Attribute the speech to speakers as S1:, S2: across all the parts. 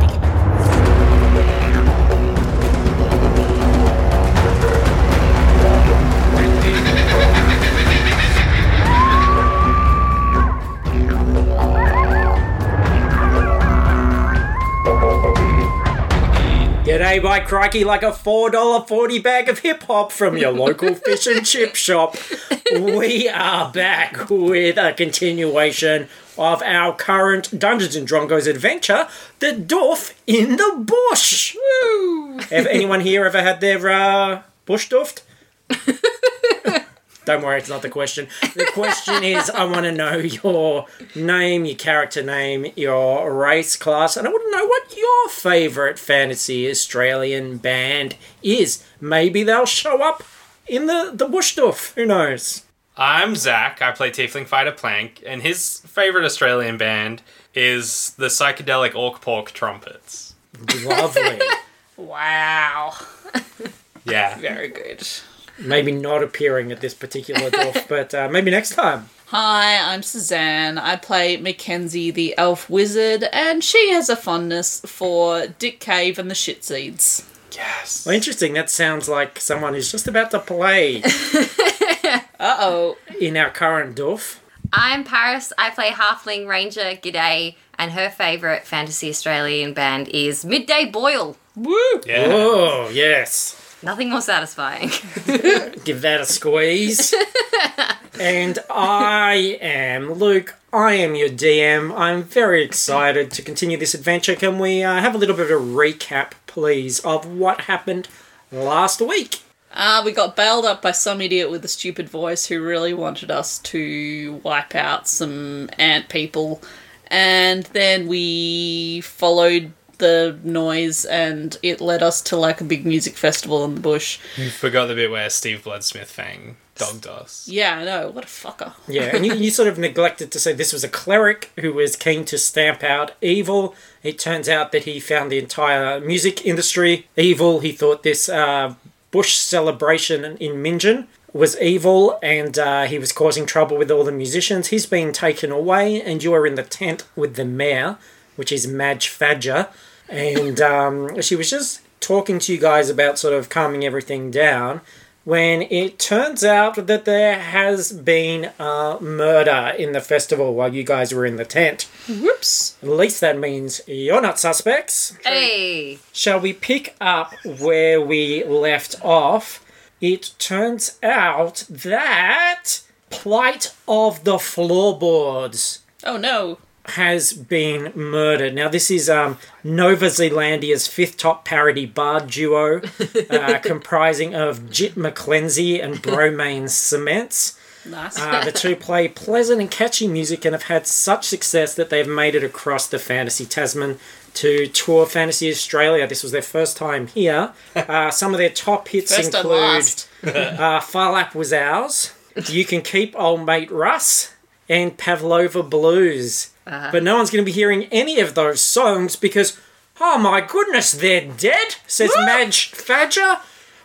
S1: dick.
S2: G'day, by crikey, like a $4.40 bag of hip hop from your local fish and chip shop. We are back with a continuation of our current Dungeons and Drongos adventure, The Dwarf in the Bush. Woo! Have anyone here ever had their uh, bush doofed? Don't worry, it's not the question. The question is I want to know your name, your character name, your race, class, and I want to know what your favourite fantasy Australian band is. Maybe they'll show up in the, the bush stuff. Who knows?
S3: I'm Zach. I play Tiefling Fighter Plank, and his favorite Australian band is the psychedelic Orc Pork Trumpets.
S2: Lovely.
S4: Wow.
S3: Yeah.
S4: Very good.
S2: maybe not appearing at this particular dwarf, but uh, maybe next time.
S4: Hi, I'm Suzanne. I play Mackenzie the elf wizard, and she has a fondness for Dick Cave and the shit seeds.
S3: Yes.
S2: Well, interesting. That sounds like someone who's just about to play
S4: Uh oh.
S2: in our current dwarf.
S5: I'm Paris. I play Halfling Ranger G'day, and her favourite fantasy Australian band is Midday Boil.
S4: Woo!
S3: Yeah.
S2: Oh, yes.
S5: Nothing more satisfying.
S2: Give that a squeeze. and I am Luke. I am your DM. I'm very excited to continue this adventure. Can we uh, have a little bit of a recap, please, of what happened last week?
S4: Ah, we got bailed up by some idiot with a stupid voice who really wanted us to wipe out some ant people, and then we followed the noise, and it led us to like a big music festival in the bush.
S3: You forgot the bit where Steve Bloodsmith Fang dogged us.
S4: Yeah, I know. What a fucker.
S2: Yeah, and you, you sort of neglected to say this was a cleric who was keen to stamp out evil. It turns out that he found the entire music industry evil. He thought this uh, bush celebration in Minjan was evil and uh, he was causing trouble with all the musicians. He's been taken away, and you are in the tent with the mayor, which is Madge Fadger. And um, she was just talking to you guys about sort of calming everything down when it turns out that there has been a murder in the festival while you guys were in the tent.
S4: Whoops.
S2: At least that means you're not suspects.
S5: hey!
S2: Shall we pick up where we left off? It turns out that Plight of the Floorboards
S4: Oh no.
S2: has been murdered. Now, this is um, Nova Zealandia's fifth top parody bar duo, uh, comprising of Jit McClenzie and Bromane Cements.
S4: Nice.
S2: Uh, the two play pleasant and catchy music and have had such success that they've made it across the Fantasy Tasman to tour Fantasy Australia. This was their first time here. Uh, some of their top hits
S4: First and
S2: include
S4: last.
S2: uh, Farlap was ours. You can keep old mate Russ and Pavlova Blues. But no one's going to be hearing any of those songs because, oh my goodness, they're dead, says Madge Fadger.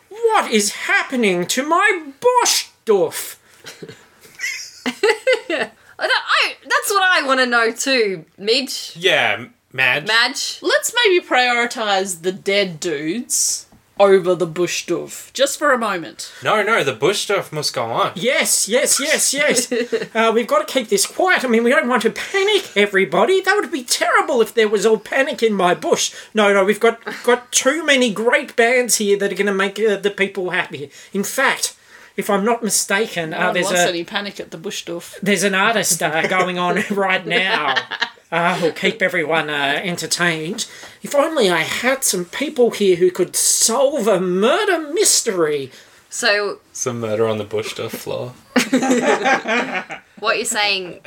S2: What is happening to my Bosch doof?
S5: I don't- Oh, I- that's what I want to know too, Midge.
S3: Yeah, Madge.
S5: Madge.
S4: Let's maybe prioritize the dead dudes over the bush doof just for a moment.
S3: No, no, the bush stuff must go on.
S2: Yes, yes, yes, yes. uh, we've got to keep this quiet. I mean, we don't want to panic everybody. That would be terrible if there was all panic in my bush. No, no, we've got got too many great bands here that are going to make uh, the people happy. In fact, if I'm not mistaken,
S4: No
S2: uh,
S4: one
S2: there's
S4: wants
S2: a
S4: any panic at the bush doof.
S2: there's an artist uh, going on right now uh, who'll keep everyone uh, entertained. If only I had some people here who could solve a murder mystery.
S5: So,
S3: Some murder on the bush stuff floor.
S5: what you're saying,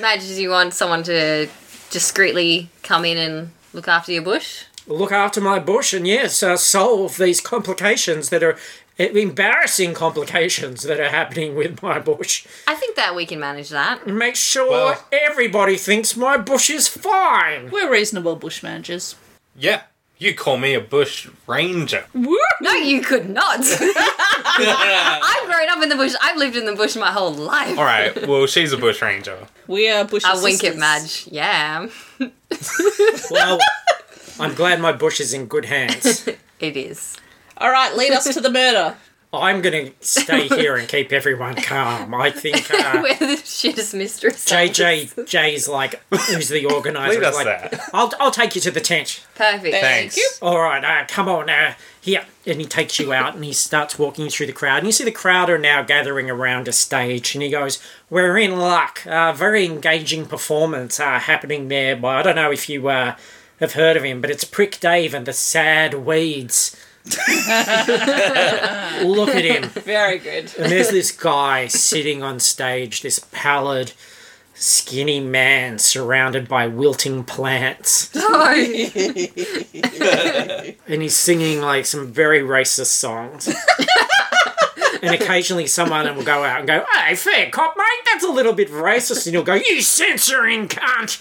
S5: Madge, is you want someone to discreetly come in and look after your bush?
S2: look after my bush and yes, uh, solve these complications that are embarrassing complications that are happening with my bush.
S5: I think that we can manage that.
S2: Make sure
S3: Well-
S2: everybody thinks my bush is fine.
S4: We're reasonable bush managers.
S3: Yeah, you call me a bush ranger.
S4: Woo!
S5: No, you could not. I've grown up in the bush. I've lived in the bush my whole life.
S3: All right, well, she's a bush ranger.
S4: We are bush
S5: I wink at
S4: assistants.
S5: Madge. Yeah,
S2: Well, I'm glad my bush is in good hands.
S5: it is.
S4: All right, lead us to the murder.
S2: I'm going to stay here and keep everyone calm. I think uh,
S5: We're the shittest mistress.
S2: JJ J's like, who's the organizer?
S3: Leave us
S2: like,
S3: there.
S2: I'll, I'll take you to the tent.
S5: Perfect.
S3: Thanks.
S4: you.
S2: all right, uh, come on, uh, here. And he takes you out and he starts walking you through the crowd. And you see the crowd are now gathering around a stage. And he goes, We're in luck. Uh, very engaging performance uh, happening there. By, I don't know if you uh, have heard of him, but it's Prick Dave and the Sad Weeds. Look at him.
S4: Very good.
S2: And there's this guy sitting on stage, this pallid, skinny man surrounded by wilting plants
S5: No.
S2: and he's singing like some very racist songs. and occasionally someone will go out and go, Hey, fair cop, mate, that's a little bit racist. And he'll go, You censoring cunt.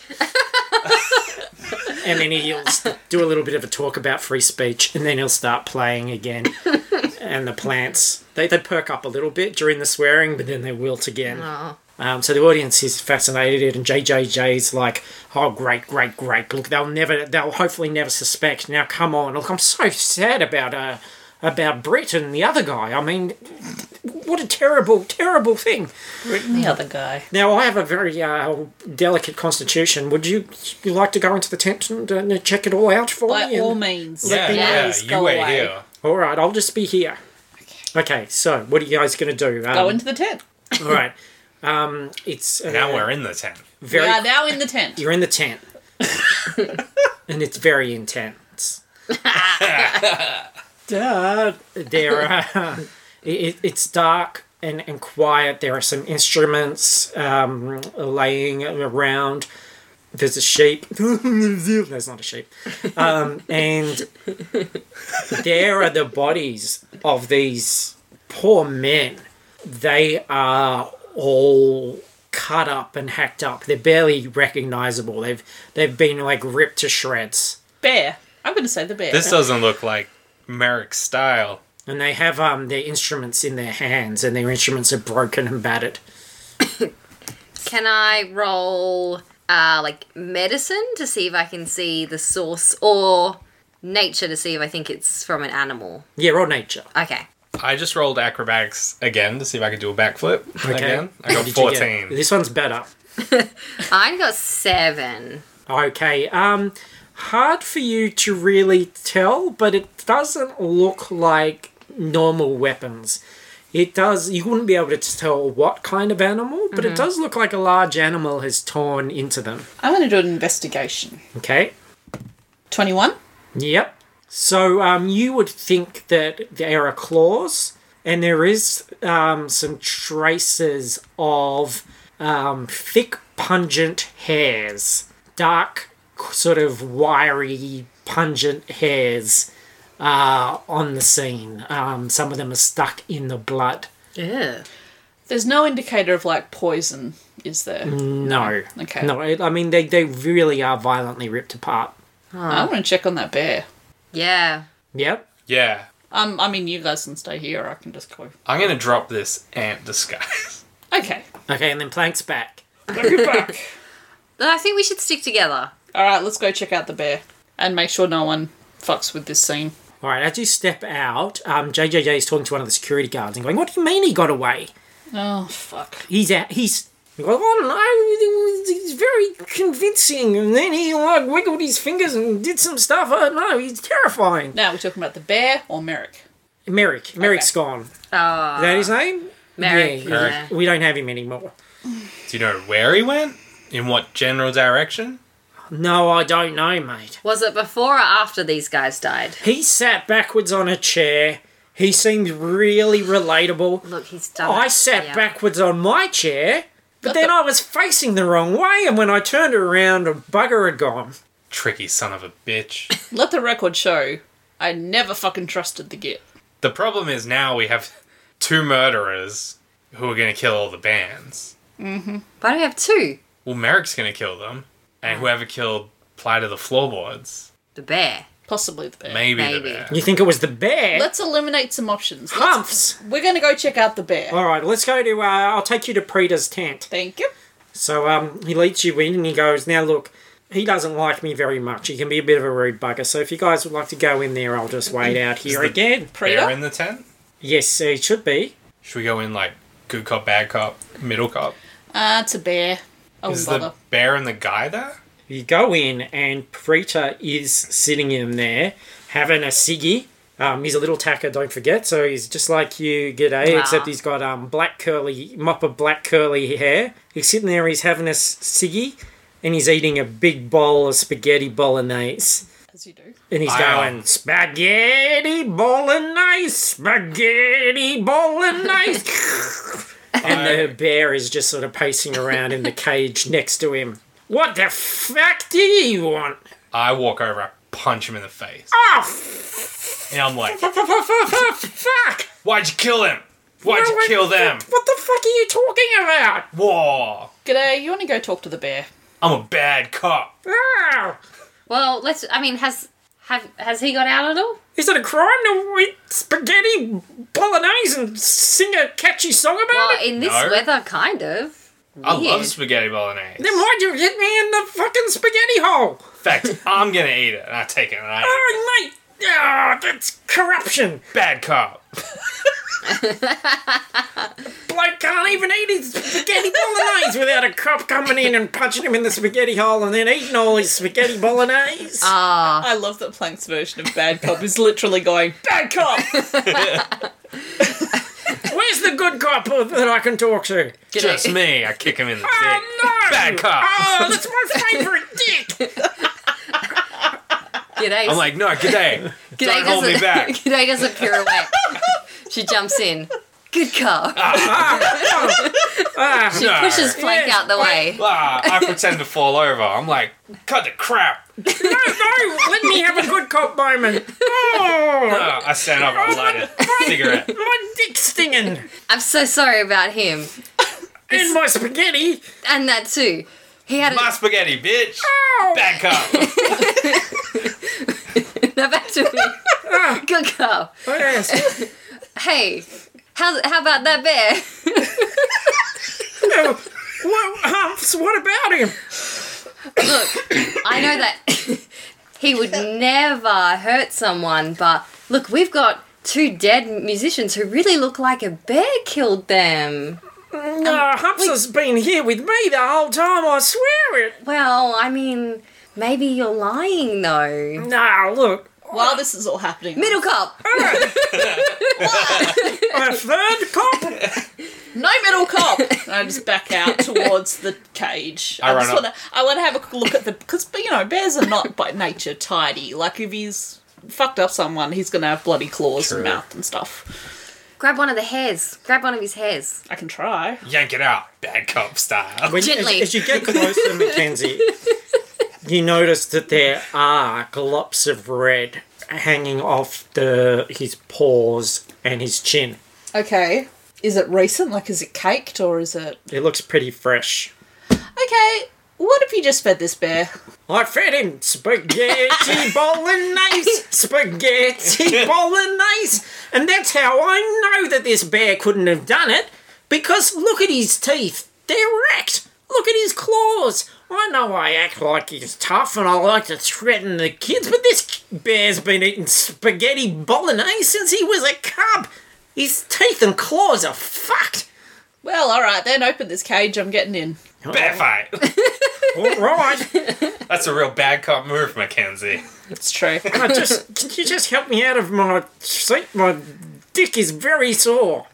S2: and then he'll s- do a little bit of a talk about free speech and then he'll start playing again. and the plants, they, they perk up a little bit during the swearing, but then they wilt again. Um, so the audience is fascinated, and JJJ's like, "Oh, great, great, great! Look, they'll never, they'll hopefully never suspect. Now, come on! Look, I'm so sad about uh, about Brit and the other guy. I mean, what a terrible, terrible thing.
S4: The other guy.
S2: Now, I have a very uh, delicate constitution. Would you, you like to go into the tent and uh, check it all out for
S4: By
S2: me? And-
S4: all means.
S3: Yeah, yeah,
S4: please
S3: you
S4: go
S3: wait
S4: away.
S3: here.
S2: all right, I'll just be here. Okay, so what are you guys going to do? Um,
S4: Go into the tent.
S2: all right. Um, it's uh,
S3: Now we're in the tent.
S2: very
S4: we are now in the tent.
S2: You're in the tent. and it's very intense. Dad. There are, it, it's dark and, and quiet. There are some instruments um, laying around. There's a sheep. There's not a sheep. Um, and there are the bodies of these poor men. They are all cut up and hacked up. They're barely recognizable. They've they've been like ripped to shreds.
S4: Bear. I'm going to say the bear.
S3: This doesn't look like Merrick's style.
S2: And they have um their instruments in their hands and their instruments are broken and battered.
S5: Can I roll uh, like medicine to see if I can see the source or nature to see if I think it's from an animal?
S2: Yeah, or nature.
S5: Okay.
S3: I just rolled acrobatics again to see if I could do a backflip again. I got
S2: Did you get-
S3: 14.
S2: This one's better.
S5: I got seven.
S2: Okay. Um hard for you to really tell, but it doesn't look like normal weapons. It does you wouldn't be able to tell what kind of animal, but it does look like a large animal has torn into them.
S4: I'm going to do an investigation.
S2: Okay?
S4: 21.
S2: Yep. So um, you would think that there are claws, and there is um, some traces of um, thick, pungent hairs, dark, sort of wiry, pungent hairs uh, on the scene. Um, some of them are stuck in the blood.
S5: Yeah.
S4: There's no indicator of like poison, is there?
S2: Mm. No.
S4: Okay.
S2: No, I I mean, they, they really are violently ripped apart.
S4: I want to check on that bear.
S5: Yeah.
S2: Yep.
S3: Yeah.
S4: Um, I mean, you guys can stay here. I can just go.
S3: I'm going to drop this ant disguise.
S4: Okay.
S2: Okay, and then Plank's back.
S5: Then I think we should stick together.
S4: All right, let's go check out the bear and make sure no one fucks with this scene.
S2: All right, as you step out, um, JJJ is talking to one of the security guards and going, "What do you mean he got away?
S4: Oh fuck.
S2: He's out. He's." He goes, oh no, he's very convincing. And then he like wiggled his fingers and did some stuff. Oh no, he's terrifying.
S4: Now we're talking about the bear or Merrick.
S2: Merrick, Merrick's gone. Is
S5: Oh,
S2: that his name?
S5: Merrick.
S2: Yeah,
S5: Yeah.
S3: Merrick.
S2: We don't have him anymore.
S3: do you know where he went? In what general direction?
S2: No, I don't know, mate.
S5: Was it before or after these guys died?
S2: He sat backwards on a chair. He seemed really relatable.
S5: Look, he's done.
S2: Oh, I
S5: it.
S2: sat
S5: Yeah.
S2: backwards on my chair, but
S4: Got
S2: then
S4: the-
S2: I was facing the wrong way, and when I turned around, a bugger had gone.
S3: Tricky son of a bitch.
S4: Let the record show. I never fucking trusted the git.
S3: The problem is now we have two murderers who are going to kill all the bands.
S5: But I have two.
S3: Well, Merrick's going to kill them,
S2: Oh.
S3: and whoever killed Plight of the Floorboards,
S5: The bear.
S4: Possibly the bear.
S3: maybe, the
S5: Maybe.
S3: bear.
S2: You think it was the bear?
S4: Let's eliminate some options. Let's-
S2: Humps.
S4: we're going to go check out the bear.
S2: All right, let's go to. Uh, I'll take you to Preda's tent.
S4: Thank you.
S2: So um, he leads you in and he goes, Now look, he doesn't like me very much. He can be a bit of a rude bugger. So if you guys would like to go in there, I'll just wait out here
S3: the-
S2: again.
S3: Bear
S4: Preta?
S3: in the tent?
S2: Yes, it should be.
S3: Should we go in like good cop, bad cop, middle cop?
S4: Ah, it's a bear. Oh, I
S3: Is
S4: wouldn't
S3: the
S4: bother.
S3: bear and the guy there?
S2: You go in and Preta is sitting in there having a ciggy. Um, he's a little tacker, don't forget. So he's just like you, g'day,
S5: Ah.
S2: except he's got um, black curly, mop of black curly hair. He's sitting there, he's having a s- ciggy, and he's eating a big bowl of spaghetti bolognese.
S4: As you do.
S2: And he's
S3: Wow.
S2: going, spaghetti bolognese, spaghetti bolognese. and the bear is just sort of pacing around in the cage next to him. What the fuck do you want?
S3: I walk over, I punch him in the face.
S2: Oh, f-
S3: And I'm like,
S2: f- f- f- f- fuck!
S3: why'd you kill him? Why'd
S2: No,
S3: you
S2: what-
S3: kill them?
S2: What the fuck are you talking about?
S3: Whoa,
S4: G'day, you want to go talk to the bear?
S3: I'm a bad cop.
S2: Oh,
S5: Well, let's. I mean, has have has he got out at all?
S2: is it a crime to eat spaghetti bolognese and sing a catchy song about
S5: Well,
S2: it?
S5: in this
S3: No.
S5: weather, kind of.
S3: I love
S5: Weird.
S3: spaghetti bolognese.
S2: Then why'd you get me in the fucking spaghetti hole?
S3: In fact, I'm gonna eat it and I take it and I eat it.
S2: Oh, mate! Oh, that's corruption!
S3: Bad cop.
S2: Bloke can't even eat his spaghetti bolognese without a cop coming in and punching him in the spaghetti hole and then eating all his spaghetti bolognese.
S3: Uh,
S5: Ah,
S4: I love that Plank's version of Bad Cop is literally going, Bad Cop!
S2: Where's the good cop that I can talk to?
S3: Just me. I kick him in the dick.
S2: Oh, no!
S3: Bad cop.
S2: Oh, that's my favourite dick!
S5: g'day.
S3: I'm like, no, g'day.
S5: g'day
S3: don't hold me
S5: does a-
S3: back.
S5: g'day does a pirouette. she jumps in. Good cop.
S2: Ah,
S5: she
S3: no.
S5: pushes Plank
S2: Yes,
S5: out the way.
S3: Ah, I pretend to fall over. I'm like, cut the crap.
S2: no, no! Let me have a good cop moment! Oh!
S3: Ah, I stand up and light a cigarette.
S2: My dick stinging!
S5: I'm so sorry about him.
S2: And my spaghetti!
S5: And that too. He had
S3: My
S5: a,
S3: spaghetti, bitch.
S2: Oh!
S3: Bad cop.
S5: no, back to me. Good cop.
S3: Oh,
S2: Yes.
S5: Hey, how, how about that bear?
S2: No. What, Humps, what about him?
S5: I know that he would never hurt someone, but look, we've got two dead musicians who really look like a bear killed them.
S3: Um,
S2: No, Humps has been here with me the whole time, I swear it.
S5: Well, I mean, maybe you're lying though.
S2: No, look.
S4: While this is all happening,
S5: Middle cup.
S2: A third cop?
S4: no middle cop! And I just back out towards the cage.
S3: I
S4: I,
S3: run
S4: just
S3: up.
S4: want to I want to have a look at the. Because, you know, bears are not by nature tidy. Like, if he's fucked up someone, he's going to have bloody claws and
S3: True.
S4: mouth and stuff.
S5: Grab one of the hairs. Grab one of his hairs.
S4: I can try.
S3: Yank it out. Bad cop style.
S2: When,
S5: Gently.
S2: As, as you get close to Mackenzie, you notice that there are glops of red hanging off the his paws and his chin.
S4: Okay. Is it recent? Like, is it caked or is it.
S2: It looks pretty fresh.
S4: Okay, what if you just fed this bear?
S2: I fed him spaghetti bolognese, spaghetti bolognese, and that's how I know that this bear couldn't have done it. Because look at his teeth; they're wrecked. Look at his claws. I know I act like he's tough and I like to threaten the kids, but this bear's been eating spaghetti bolognese since he was a cub. His teeth and claws are fucked.
S4: Well, all right, then open this cage. I'm getting in.
S3: Bear fight.
S2: All right.
S3: That's a real bad cop move, Mackenzie.
S4: It's true.
S2: I just can you just help me out of my seat? My dick is very sore.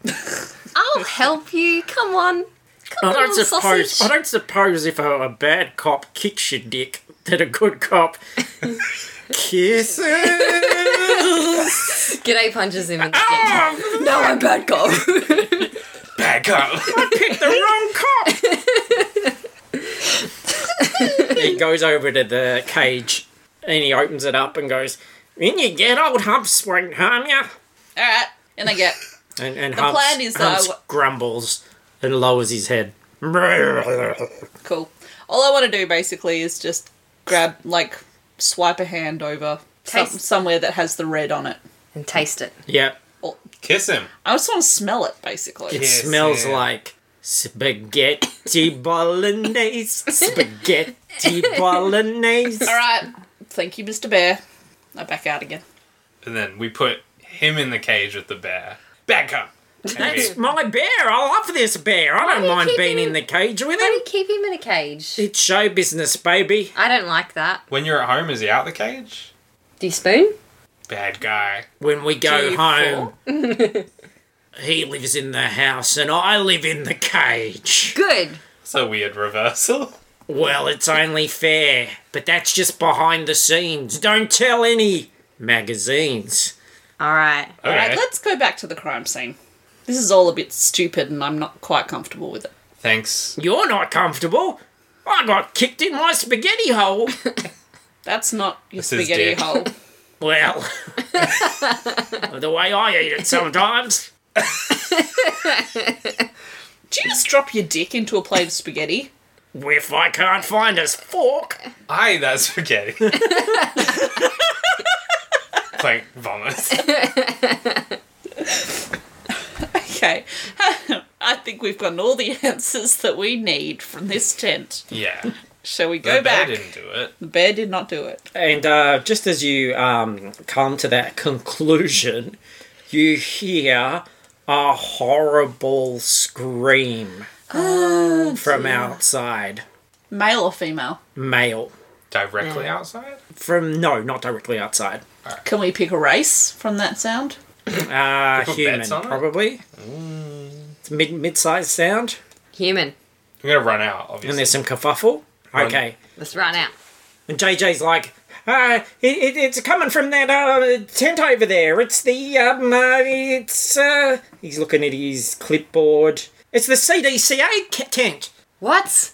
S5: I'll help you. Come on. Come
S2: I
S5: on,
S2: don't
S5: little
S2: suppose I
S5: sausage.
S2: don't suppose if a, a bad cop kicks your dick that a good cop kisses.
S5: G'day punches him in the dick. No, I'm bad cop.
S3: Bad cop.
S2: Pick the wrong cop. he goes over to the cage and he opens it up and goes, "When you get old, humps won't harm you."
S4: All right, And I get
S2: And, and
S4: The
S2: Humps,
S4: plan is that I
S2: Humps
S4: w-
S2: grumbles and lowers his head.
S4: cool. All I want to do basically is just grab like swipe a hand over some,
S5: Taste-
S4: somewhere that has the red on it.
S5: and taste it.
S2: Yep.
S4: Or,
S3: Kiss him.
S4: I just want to smell it basically.
S2: It
S3: Yes,
S2: smells
S3: yeah.
S2: like spaghetti bolognese. Spaghetti bolognese.
S4: All right. Thank you, Mr. Bear. I back out again.
S3: And then we put him in the cage with the bear. Back up. And
S2: That's
S3: we-
S2: my bear. I love this bear. I
S5: do
S2: don't
S5: you
S2: mind
S5: keep
S2: being
S5: him-
S2: in the cage with
S5: Why do you
S2: him.
S5: keep him in a cage?
S2: It's show business, baby.
S5: I don't like that.
S3: when you're at home, is he out the cage?
S5: Do you spoon?
S3: Bad guy.
S2: When we go
S4: G4.
S2: home, he lives in the house and I live in the cage.
S5: Good.
S3: It's a weird reversal.
S2: Well, it's only fair, but that's just behind the scenes. Don't tell any magazines.
S5: All right.
S4: All right,
S3: Okay.
S4: let's go back to the crime scene. This is all a bit stupid and I'm not quite comfortable with it.
S3: Thanks.
S2: You're not comfortable. I got kicked in my spaghetti hole.
S4: That's not your
S3: is
S4: spaghetti
S3: dick.
S4: hole.
S2: Well, the way I eat it sometimes.
S4: Do you just drop your dick into a plate of spaghetti?
S2: If I can't find a fork,
S3: I ate that spaghetti. Plank vomits.
S4: Okay. I think we've gotten all the answers that we need from this tent.
S3: Yeah.
S4: Shall we
S3: The
S4: go
S3: bear
S4: back?
S3: didn't do it.
S4: The bear did not do it.
S2: And uh, just as you um, come to that conclusion, you hear a horrible scream from outside.
S4: Male or female?
S2: Male.
S3: Directly outside?
S2: From, no, not directly outside.
S4: Can we pick a race from that sound?
S2: Uh,
S3: put
S2: human,
S3: bets on it?
S2: probably. It's mid, mid-sized sound.
S5: Human.
S3: I'm gonna run out,
S2: And
S3: obviously.
S2: there's some kerfuffle.
S3: Run.
S2: Okay.
S5: Let's run out.
S2: And JJ's like, uh, it, it, it's coming from that uh, tent over there. It's the, um, uh, it's, uh, he's looking at his clipboard. It's the CDCA ca- tent.
S5: What?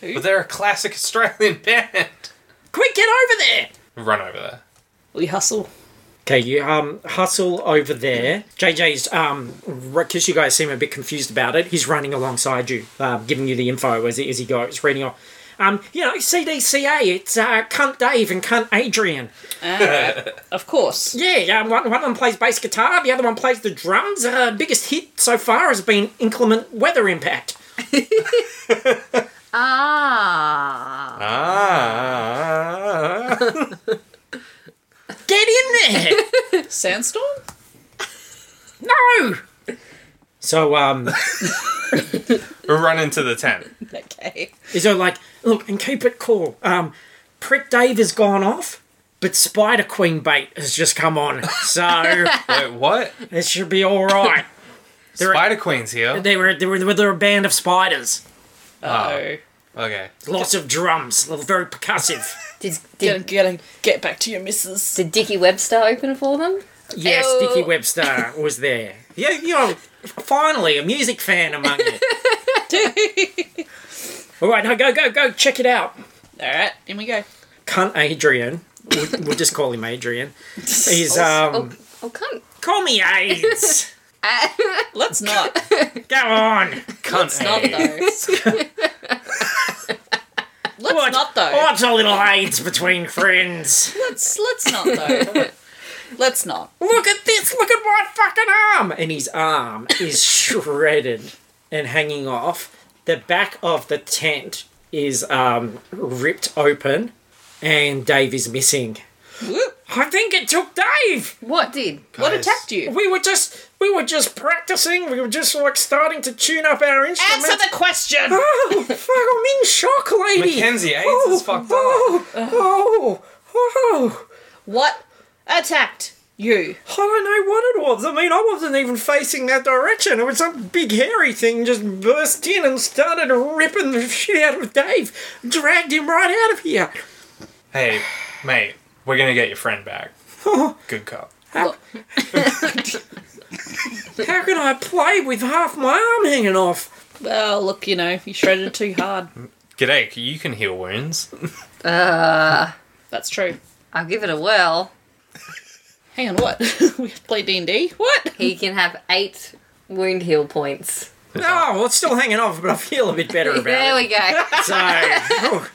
S3: But they're a classic Australian band.
S2: Quick, get over there.
S3: Run over there.
S4: We hustle.
S2: Okay, you um hustle over there. JJ's um because you guys seem a bit confused about it. He's running alongside you, um, giving you the info as he, as he goes, reading off. Um, you know, CDCA. It's uh, cunt Dave and cunt Adrian.
S4: Of course.
S2: Yeah, um, one, one of them plays bass guitar, the other one plays the drums. Uh, biggest hit so far has been Inclement Weather Impact.
S5: Ah.
S3: Ah.
S2: Get in there!
S4: Sandstorm?
S2: no! So, um,
S3: We're running to the tent.
S4: Okay.
S2: is there like, look, and keep it cool. Um, Prick Dave has gone off, but Spider Queen bait has just come on. So,
S3: Wait, what?
S2: it should be alright. They're-
S3: Spider Queen's here.
S2: They were, they, were, they were a band of spiders.
S4: Oh.
S3: Okay.
S2: Lots of drums, very percussive.
S5: Did,
S4: Gotta,
S5: did,
S4: gotta get back to your missus.
S5: did Dickie Webster open for them?
S2: Yes,
S4: Ew.
S2: Dickie Webster was there. Yeah, you know, finally a music fan among you. All right, now go, go, go, check it out.
S4: Alright, in we go.
S2: Cunt Adrian, we'll, we'll just call him Adrian, is, um,
S5: Oh, come.
S2: call me AIDS.
S4: Let's not.
S2: go on.
S3: Cunt.
S4: Not
S3: eh?
S4: though. let's
S2: What-
S4: not though.
S2: What's a little AIDS between friends?
S4: Let's let's not though. let's not.
S2: look at this, look at my fucking arm. And his arm is shredded and hanging off. The back of the tent is um, ripped open and Dave is missing.
S4: Whoop.
S2: I think it took Dave.
S5: What did?
S4: What
S3: Guys.
S4: attacked you?
S2: We were just we were just practicing. We were just like starting to tune up our instruments.
S4: Answer the question.
S2: oh, fuck! I'm in shock, lady.
S3: Mackenzie AIDS
S2: oh,
S3: is fucked up.
S2: oh, oh, oh,
S4: What attacked you?
S2: I don't know what it was. I mean, I wasn't even facing that direction. It was some big hairy thing just burst in and started ripping the shit out of Dave, dragged him right out of here.
S3: Hey, mate, we're gonna get your friend back. Good cop.
S2: How can I play with half my arm hanging off?
S4: Well, look, you know, you shredded too hard.
S3: G'day, you can heal wounds.
S4: That's true.
S5: I'll give it a whirl.
S4: hang on, what? we have to play D&D? What?
S5: He can have eight wound heal points.
S2: Oh, well, it's still hanging off, but I feel a bit better about
S5: there
S2: it.
S5: we go.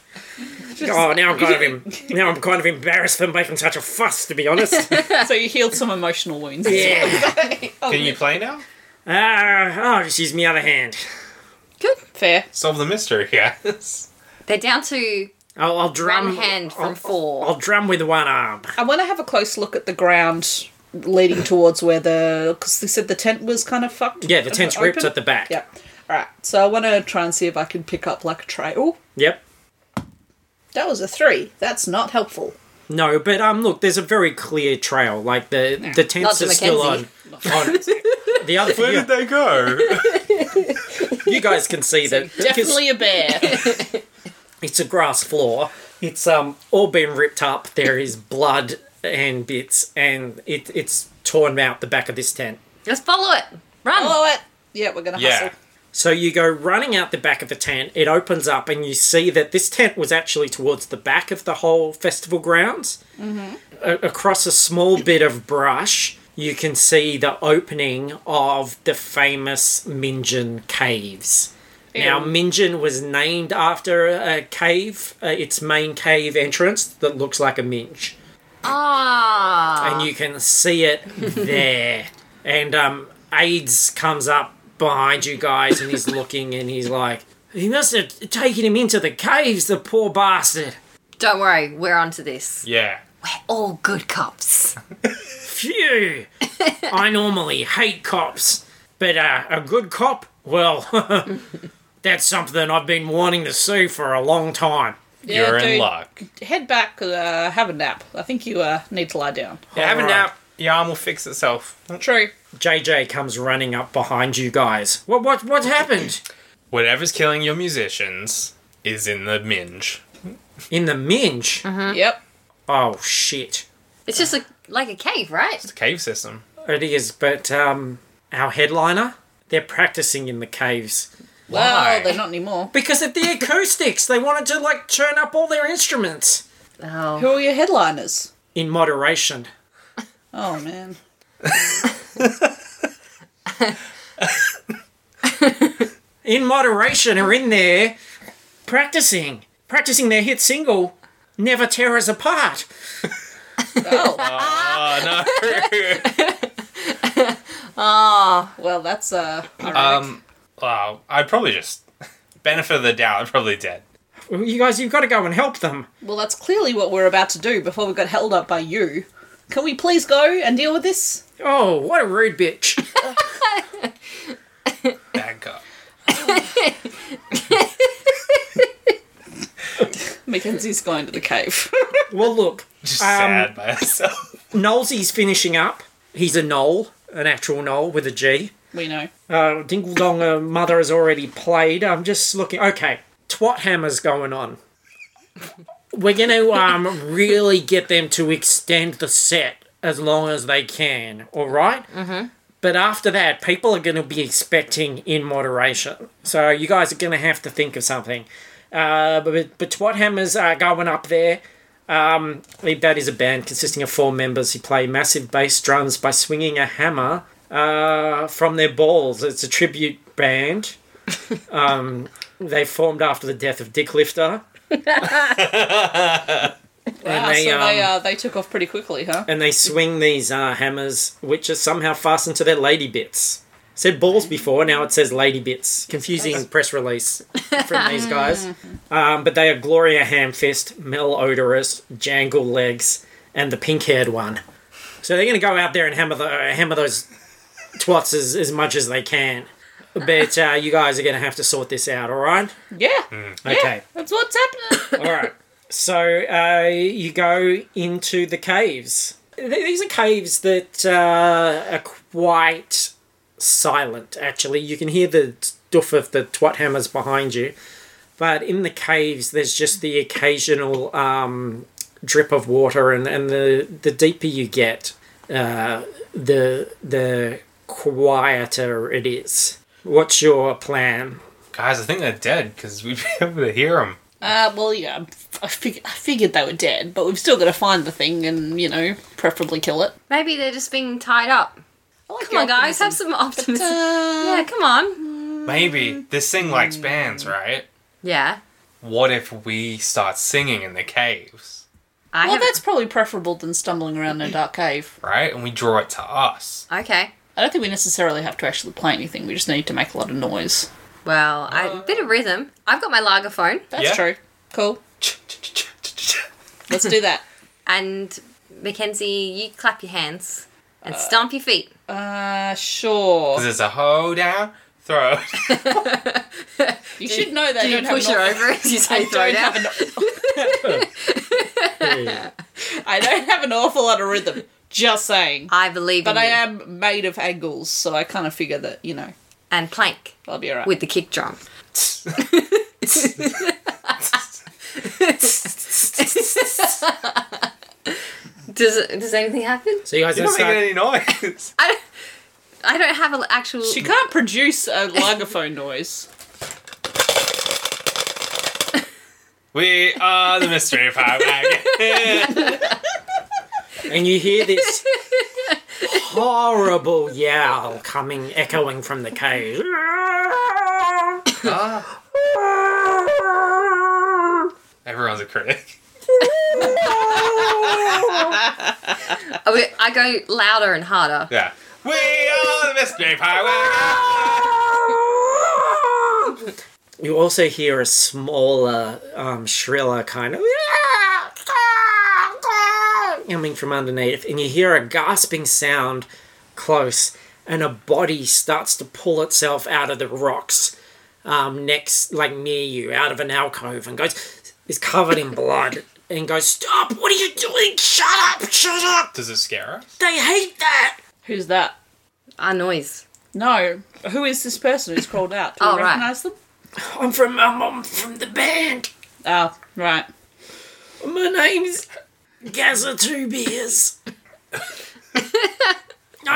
S2: So, oh, oh, now I'm kind of em- now I'm kind of embarrassed for making such a fuss, to be honest.
S4: so you healed some emotional wounds.
S2: Yeah.
S3: Can you play now?
S2: Ah, oh, just use my other hand.
S4: Good. Fair.
S3: Solve the mystery, yes.
S5: They're down to
S2: I'll, I'll drum
S5: one hand
S4: Oh,
S2: I'll-
S5: from four.
S2: I'll drum with one arm.
S4: I want to have a close look at the ground leading towards where the because they said the tent was kind of fucked.
S2: Yeah, the tent's
S4: Open?
S2: ripped at the back.
S4: Yep. All right. So I want to try and see if I can pick up like a tray. Oh,
S2: Yep.
S4: that was a three. That's not helpful.
S2: No, but um, look, there's a very clear trail. Like the the tents
S5: Not
S2: are
S5: to
S2: still on.
S5: Mackenzie.
S2: on the other
S3: Where
S2: you,
S3: did they go?
S2: you guys can see that because
S4: Definitely a bear.
S2: it's a grass floor. It's um all been ripped up. There is blood and bits, and it it's torn out the back of this tent.
S5: Just follow it. Run.
S4: Follow it. Yeah, we're gonna
S3: yeah.
S4: hustle.
S2: So you go running out the back of the tent, it opens up, and you see that this tent was actually towards the back of the whole festival grounds. A- across a small bit of brush, you can see the opening of the famous Minjin Caves. Now,
S4: Ew.
S2: Minjin was named after a cave, uh, its main cave entrance that looks like a minge
S5: Ah.
S2: and you can see it there. and um, AIDS comes up behind you guys and he's looking and he's like, he must have taken him into the caves, the poor bastard.
S5: Don't worry, we're onto this.
S3: Yeah.
S5: All good cops.
S2: Phew! I normally hate cops, but uh, a good cop, well, that's something I've been wanting to see for a long time.
S4: Yeah,
S3: You're in
S4: dude.
S3: luck.
S4: Head back. Uh, have a nap. I think you uh, need to lie down.
S3: Yeah, have a
S2: Alright.
S3: nap. Your arm will fix itself.
S4: True.
S2: JJ comes running up behind you guys. What what what happened?
S3: Whatever's killing your musicians is in the minge.
S2: In the minge?
S4: Yep.
S2: Oh shit.
S5: It's just a, like a cave, right?
S3: It's a cave system.
S2: It is, but um, our headliner, they're practicing in the caves.
S3: Why?
S4: Well, they're not anymore.
S2: Because of the acoustics, they wanted to like turn up all their instruments
S5: Oh.
S4: Who are your headliners?
S2: in moderation.
S4: Oh man.
S2: In moderation are in there practicing, practicing their hit single, Never Tear Us Apart.
S4: Oh.
S3: Oh no.
S4: well, that's uh. ironic.
S3: um oh, I'd probably just benefit of the doubt, I'm probably dead.
S2: Well, You guys, you've got to go and help them.
S4: Well, that's clearly what we're about to do before we got held up by you. Can we please go and deal with this?
S2: Oh, what a rude bitch.
S3: Bad cop.
S4: Mackenzie's going to the cave.
S2: well, look,
S3: Just
S2: Um,
S3: sad by herself.
S2: Knowlesy's finishing up. He's a knoll, an actual knoll with a G.
S4: we know.
S2: Uh, Dingle Dong, uh, mother has already played. I'm just looking. Okay, twat hammer's going on. We're gonna um really get them to extend the set as long as they can. All Mm-hmm. But after that, people are gonna be expecting in moderation. So you guys are gonna have to think of something. Uh, but but twat hammers are going up there. Um, that is a band consisting of four members who play massive bass drums by swinging a hammer uh, from their balls. It's a tribute band. um, they formed after the death of Dick Lifter.
S4: Wow,
S2: they,
S4: so they,
S2: um,
S4: uh, they took off pretty quickly, huh?
S2: And they swing these uh, hammers, which are somehow fastened to their lady bits. Said balls before, now it says lady bits. Confusing press release from these guys. Um, but they are Gloria Hamfist, Mel Odorous, Jangle Legs, and the pink haired one. So they're going to go out there and hammer, the, hammer those twats as, as much as they can. But uh, you guys are going to have to sort this out, all right?
S4: Yeah,
S2: Okay.
S4: that's what's happening.
S2: All right. So uh, you go into the caves. Th- These are caves that uh, are quite silent, actually. You can hear the duff of the twat hammers behind you. But in the caves, there's just the occasional um, drip of water, and, and the, the deeper you get, uh, the, the quieter it is. What's your plan?
S3: Guys, I think they're dead because we'd be able to hear them.
S4: Uh, well, yeah, I, fig- I figured they were dead, but we've still got to find the thing and, you know, preferably kill it.
S5: Maybe they're just being tied up.
S4: I like Uh,
S5: Come
S4: your
S5: on, guys,
S4: optimism.
S5: have some optimism.
S4: Ta-da.
S5: yeah, come on.
S3: Maybe this thing likes bands, right?
S5: Yeah.
S3: What if we start singing in the caves,
S5: I
S4: Well,
S5: have
S4: that's probably preferable than stumbling around in a dark cave.
S3: right? And we draw it to us.
S5: Okay.
S4: I don't think we necessarily have to actually play anything. We just need to make a lot of noise.
S5: Well, I
S4: Uh.
S5: bit of rhythm. I've got my lager phone
S4: That's
S3: Yeah.
S4: true. Cool. Let's do that.
S5: and Mackenzie, you clap your hands and stomp your feet.
S4: Uh, sure.
S3: Because it's a hoe down, throw.
S4: You should know that.
S5: Do
S4: I
S5: you
S4: don't have
S5: push
S4: an
S5: her
S4: op-
S5: over as you say
S4: I
S5: throw
S4: don't,
S5: down?
S4: have an, I don't have an awful lot of rhythm. Just saying.
S5: I believe
S4: But
S5: in
S4: I
S5: you.
S4: am made of angles, so I kind of figure that, you know,
S5: and plank
S4: I'll be alright.
S5: with the kick drum. Does does anything happen?
S2: So you guys
S3: You're
S2: don't
S3: not making
S2: start.
S3: any noise.
S5: I don't, I don't have an actual.
S4: She can't produce a lagerphone noise.
S3: We are the mystery of High Wagon.
S2: And you hear this horrible yowl coming, echoing from the cave.
S3: Ah. Everyone's a critic.
S5: I, mean, I go louder and harder.
S3: Yeah. We are the mystery of High
S2: You also hear a smaller, um, shriller kind of coming from underneath, and you hear a gasping sound close, and a body starts to pull itself out of the rocks um, next, like near you, out of an alcove, and goes, is covered in blood, and goes, Stop! What are you doing? Shut up! Shut up!
S3: Does it scare us?
S2: They hate that!
S4: Who's that?
S5: Our Ah, noise.
S4: No. Who is this person who's crawled out? Do
S5: Oh,
S4: you
S5: right.
S4: recognise them?
S2: I'm from, um, I'm from the band!
S4: Oh, right.
S2: My name's Gazza Two Beers. I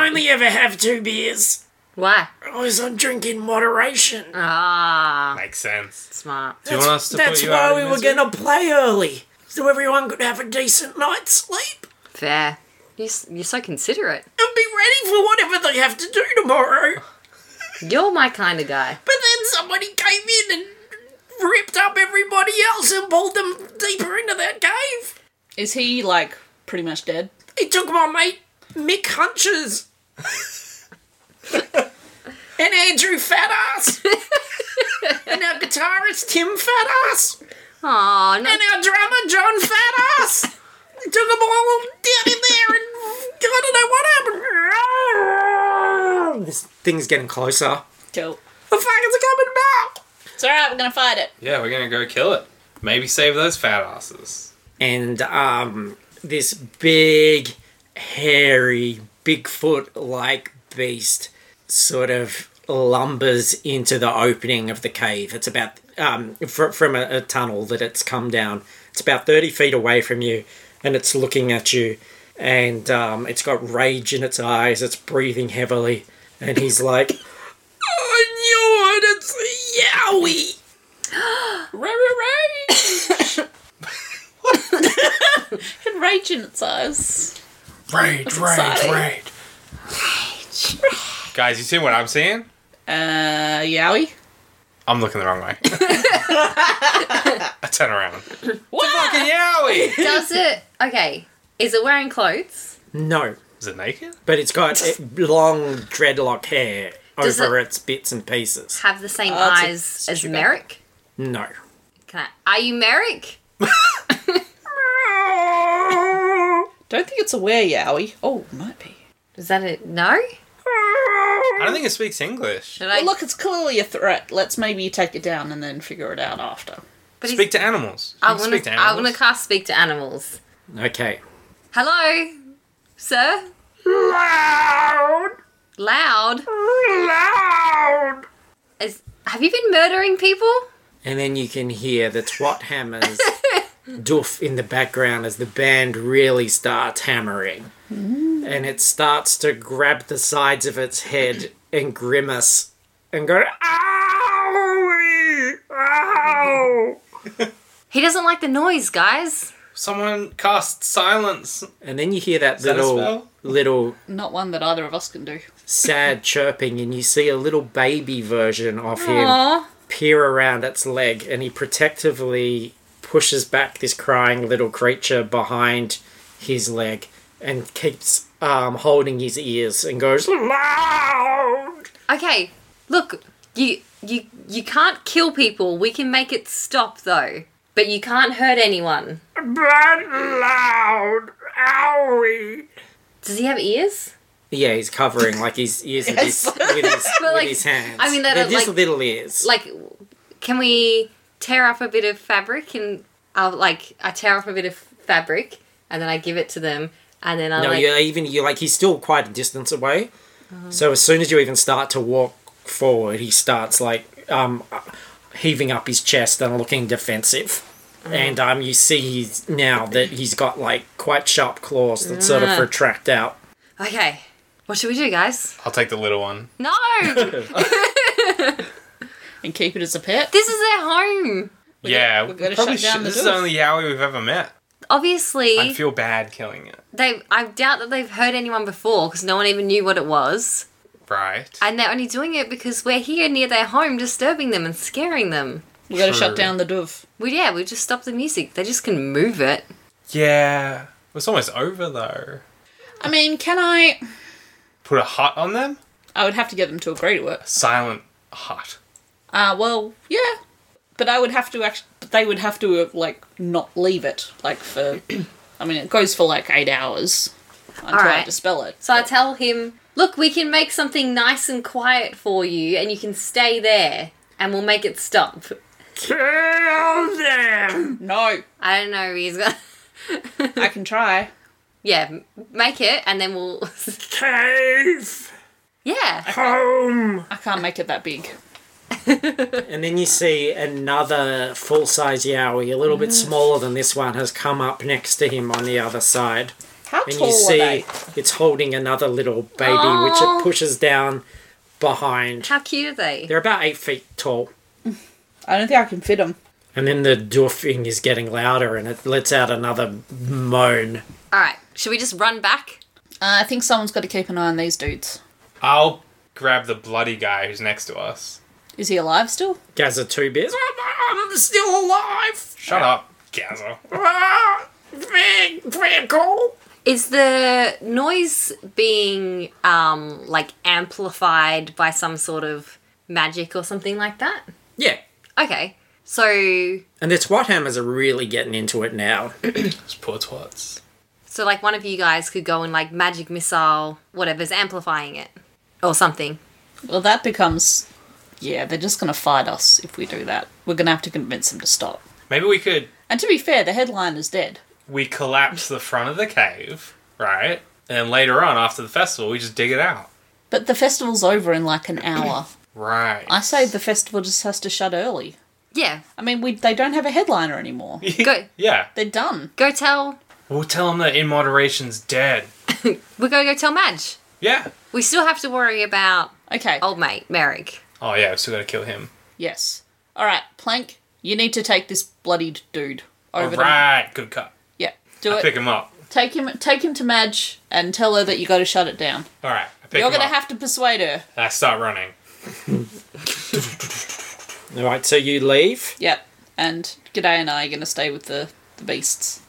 S2: only ever have two beers.
S5: Why?
S2: I was on drink in moderation.
S5: Ah,
S3: Makes sense.
S5: smart.
S3: Do you want us to
S2: That's
S3: put you out
S2: why
S3: of
S2: we
S3: your
S2: were
S3: misery?
S2: gonna play early, so everyone could have a decent night's sleep
S5: Fair. You, s- you're so considerate.
S2: and be ready for whatever they have to do tomorrow.
S5: You're my kind of guy.
S2: But then somebody came in and ripped up everybody else and pulled them deeper into that cave.
S4: Is he, like, pretty much dead?
S2: It took my mate Mick Hunches and Andrew Fatass and our guitarist Tim Fatass
S5: Aw, no.
S2: and our drummer John Fatass. They took them all down in there and I don't know what happened. This thing's getting closer.
S4: Cool.
S2: The fuck is coming back?
S4: It's alright, we're gonna fight it.
S3: Yeah, we're gonna go kill it. Maybe save those fat asses.
S2: and um, this big, hairy, Bigfoot like beast sort of lumbers into the opening of the cave. It's about, um, fr- from a, a tunnel that it's come down, it's about 30 feet away from you, and it's looking at you, and um, it's got rage in its eyes, it's breathing heavily, and he's like, I knew it, it's a Yowie!
S4: Ray, ray, ray! and rage in its eyes.
S3: Raid, raid,
S4: exciting.
S3: raid. Guys, you see what I'm seeing?
S4: Uh, yowie?
S3: I'm looking the wrong way. I turn around.
S4: What?
S3: Yowie!
S5: Does it? Okay. Is it wearing clothes?
S2: No.
S3: Is it naked?
S2: But it's got eh, long dreadlock hair
S5: Does
S2: over its bits and pieces.
S5: Have the same
S4: Oh, it's a
S5: eyes as
S4: sugar.
S5: Merrick?
S2: No.
S5: Can I, are you Merrick?
S4: Don't think it's a were yowie. Oh, might be.
S5: Is that it? No.
S3: I don't think it speaks English.
S5: Should I?
S4: Well, look, it's clearly a threat. Let's maybe take it down and then figure it out after.
S5: but he's-
S3: Speak to animals. You
S5: I
S3: can
S5: want
S3: speak
S5: to.
S3: to
S5: I want to
S3: animals.
S5: cast speak to animals.
S2: Okay.
S5: Hello, sir.
S2: Loud!
S5: Loud.
S2: Loud!
S5: Is have you been murdering people?
S2: And then you can hear the twat hammers doof in the background as the band really starts hammering. And it starts to grab the sides of its head and grimace and go, Owie! Ow!
S5: He doesn't like the noise, guys.
S3: Someone cast silence.
S2: And then you hear that
S3: that a
S2: little
S3: spell?
S2: little
S4: Not one that either of us can do.
S2: sad chirping, and you see a little baby version of him
S5: Aww.
S2: peer around its leg, and he protectively pushes back this crying little creature behind his leg and keeps um, holding his ears and goes loud.
S5: Okay, look, you you you can't kill people. We can make it stop though. But you can't hurt anyone.
S2: but loud. Owie.
S5: Does he have ears?
S2: Yeah, he's covering like his ears with, his, with, his, with
S5: like,
S2: his hands.
S5: I mean, they
S2: They're
S5: don't,
S2: just
S5: like-
S2: little ears.
S5: Like, can we tear up a bit of fabric and I'll like I tear up a bit of fabric and then I give it to them and then I
S2: no,
S5: like
S2: you're even you're like he's still quite a distance away. So as soon as you even start to walk forward, he starts like um, heaving up his chest and looking defensive. And um, you see he's, now that he's got like quite sharp claws that sort of retract out.
S5: okay. What should we do, guys?
S3: I'll take the little one.
S5: No,
S4: And keep it as a pet.
S5: this is their home.
S3: yeah,
S4: we're gonna
S3: we probably
S4: shut down
S3: should-
S4: the
S3: This is the
S4: doors.
S3: only Yowie we've ever met. I
S5: Obviously,
S3: feel bad killing it.
S5: they I doubt that they've heard anyone before because no one even knew what it was,
S3: Right.
S5: and they're only doing it because we're here near their home, disturbing them and scaring them.
S4: We gotta shut
S3: True.
S4: down the dove.
S5: Well, yeah, we just stop the music. They just can move it.
S3: yeah. It's almost over though.
S4: I mean, can I?
S3: Put a hut on them?
S4: I would have to get them to agree to it.
S3: Silent hut.
S4: Uh, well, yeah, but I would have to actually. They would have to uh, like not leave it like for. I mean, it goes for like eight hours until I
S5: Alright.
S4: dispel it.
S5: So I tell him, look, we can make something nice and quiet for you, and you can stay there, and we'll make it stop.
S2: Kill them!
S4: No,
S5: I don't know. He's got.
S4: I can try.
S5: yeah, m- make it, and then we'll.
S2: Cave!
S5: yeah.
S2: Home!
S4: I can't make it that big.
S2: And then you see another full size Yowie, a little bit smaller than this one, has come up next to him on the other side.
S4: How
S2: And
S4: tall
S2: you
S4: are
S2: see
S4: they?
S2: it's holding another little baby, which
S5: Aw.
S2: it pushes down behind.
S5: How cute are they?
S2: They're about eight feet tall.
S4: I don't think I can fit them.
S2: And then the doofing is getting louder and it lets out another moan.
S5: All right. Should we just run back?
S4: Uh, I think someone's got to keep an eye on these dudes.
S3: I'll grab the bloody guy who's next to us.
S4: Is he alive still?
S2: Gaza two beers. I'm still alive!
S3: Shut up, Gaza.
S2: Ah, Very, very cool.
S5: Is the noise being um like amplified by some sort of magic or something like that?
S2: Yeah.
S5: Okay. So
S2: And the twat hammers are really getting into it now.
S3: Those poor twats.
S5: So like one of you guys could go and like magic missile whatever's amplifying it or something.
S4: Well, that becomes. Yeah, they're just gonna fight us if we do that. We're gonna have to convince them to stop.
S3: Maybe we could
S4: And to be fair, the headliner's dead.
S3: we collapse the front of the cave, right? And then later on, after the festival, we just dig it out.
S4: But the festival's over in like an hour.
S3: Right.
S4: I say the festival just has to shut early.
S5: Yeah.
S4: I mean, we they don't have a headliner anymore.
S5: Go
S3: yeah.
S4: They're done.
S5: go tell
S3: We'll tell him that in moderation's dead.
S5: we're gonna go tell Madge.
S3: Yeah.
S5: We still have to worry about
S4: Okay.
S5: old mate, Merrick.
S3: Oh yeah, we still gotta kill him.
S4: Yes. All right, Plank. You need to take this bloodied dude over. to-
S3: Alright, good cut.
S4: Yeah. Do
S3: I
S4: it.
S3: pick him up.
S4: Take him. Take him to Madge and tell her that you got to shut it down.
S3: Alright, I pick
S4: You're
S3: him
S4: gonna
S3: up.
S4: have to persuade her.
S3: I start running.
S2: Alright, so you leave.
S4: Yep. And G'day and I are gonna stay with the the beasts.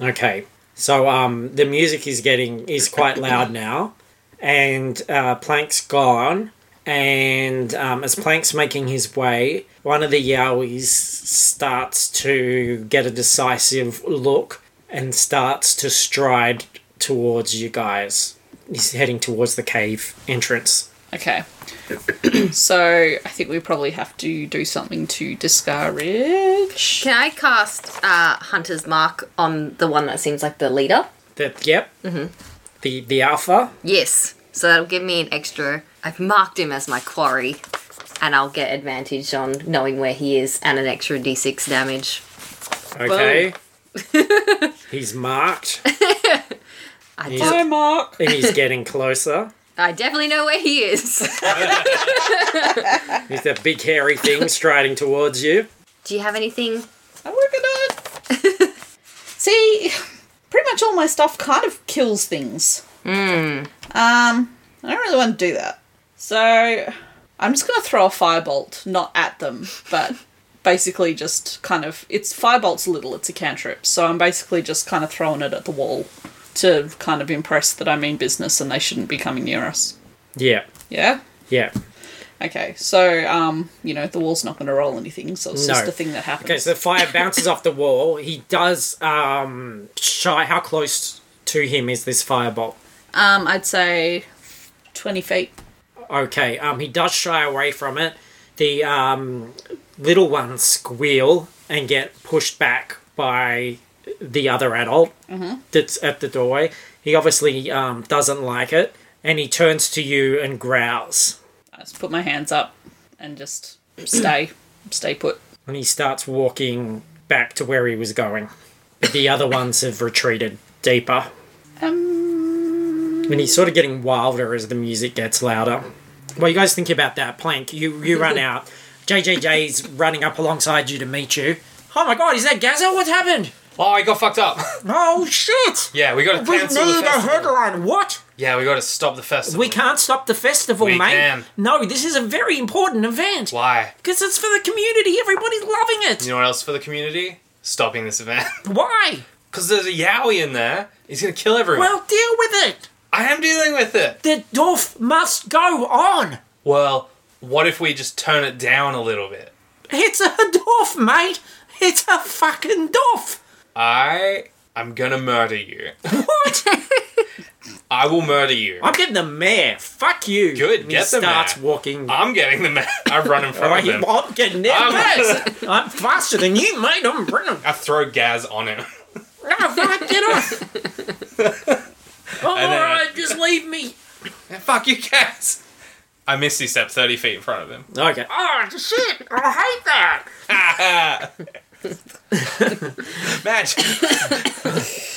S2: Okay. So um, the music is getting is quite loud now, and uh, Plank's gone. And um, as Plank's making his way, one of the Yowies starts to get a decisive look and starts to stride towards you guys. He's heading towards the cave entrance.
S4: Okay. so I think we probably have to do something to discourage.
S5: Can I cast uh, Hunter's Mark on the one that seems like the leader?
S2: The, yep. Mm-hmm. The the alpha.
S5: Yes. So that'll give me an extra I've marked him as my quarry and I'll get advantage on knowing where he is and an extra D six damage.
S2: Okay. he's marked
S5: I,
S2: He's-
S5: do-
S4: Hi, Mark.
S2: and he's getting closer.
S5: I definitely know where he is.
S2: He's that big hairy thing striding towards you.
S5: do you have anything?
S4: I'm working on it. See, pretty much all my stuff kind of kills things.
S2: Hmm.
S4: Um, I don't really want to do that. So I'm just going to throw a firebolt, not at them, but basically just kind of. It's firebolt's little, it's a cantrip. So I'm basically just kind of throwing it at the wall to kind of impress that I mean business and they shouldn't be coming near us.
S2: Yeah.
S4: Yeah?
S2: Yeah.
S4: Okay, so, um, you know, the wall's not going to roll anything, so it's just
S2: No.
S4: a thing that happens.
S2: Okay, so the fire bounces off the wall. He does um shy how close to him is this firebolt?
S4: Um, I'd say 20 feet.
S2: Okay, um he does shy away from it. The um little ones squeal and get pushed back by the other adult that's at the doorway. He obviously um doesn't like it and he turns to you and growls.
S4: I just put my hands up and just stay, stay put.
S2: and he starts walking back to where he was going. But the other ones have retreated deeper. Um... And he's sort of getting wilder as the music gets louder. Well, you guys think about that plank. You you run out. JJJ's running up alongside you to meet you. Oh my god, is that Gaza? What's happened?
S3: Oh, I got fucked up.
S2: Oh shit!
S3: yeah, we got to
S2: We need
S3: cancel the
S2: a
S3: festival.
S2: headline. What?
S3: Yeah, we got to stop the festival.
S2: We can't stop the festival,
S3: We
S2: mate.
S3: can.
S2: No, this is a very important event.
S3: Why?
S2: Because it's for the community. Everybody's loving it.
S3: You know what else for the community? Stopping this event.
S2: Why?
S3: Because there's a Yowie in there. He's gonna kill everyone.
S2: Well, deal with it.
S3: I am dealing with it.
S2: The dwarf must go on.
S3: Well, what if we just turn it down a little bit?
S2: It's a dwarf, mate. It's a fucking dwarf.
S3: I am gonna murder you.
S2: What?
S3: I will murder you.
S2: I'm getting the mayor. Fuck you.
S3: Good,
S2: And
S3: get
S2: he
S3: the
S2: starts
S3: mayor.
S2: walking.
S3: I'm getting the man. I run in front
S2: Right,
S3: of him.
S2: I'm getting there
S3: I'm-
S2: first. I'm faster than you, mate. I'm bringing.
S3: I throw Gaz on him.
S2: No, fuck, get off. I'm
S3: And then-
S2: alright, just leave me.
S3: Fuck you, Gaz. I misty step thirty feet in front of him.
S2: Okay.
S1: Oh, shit! I hate that!
S3: Madge,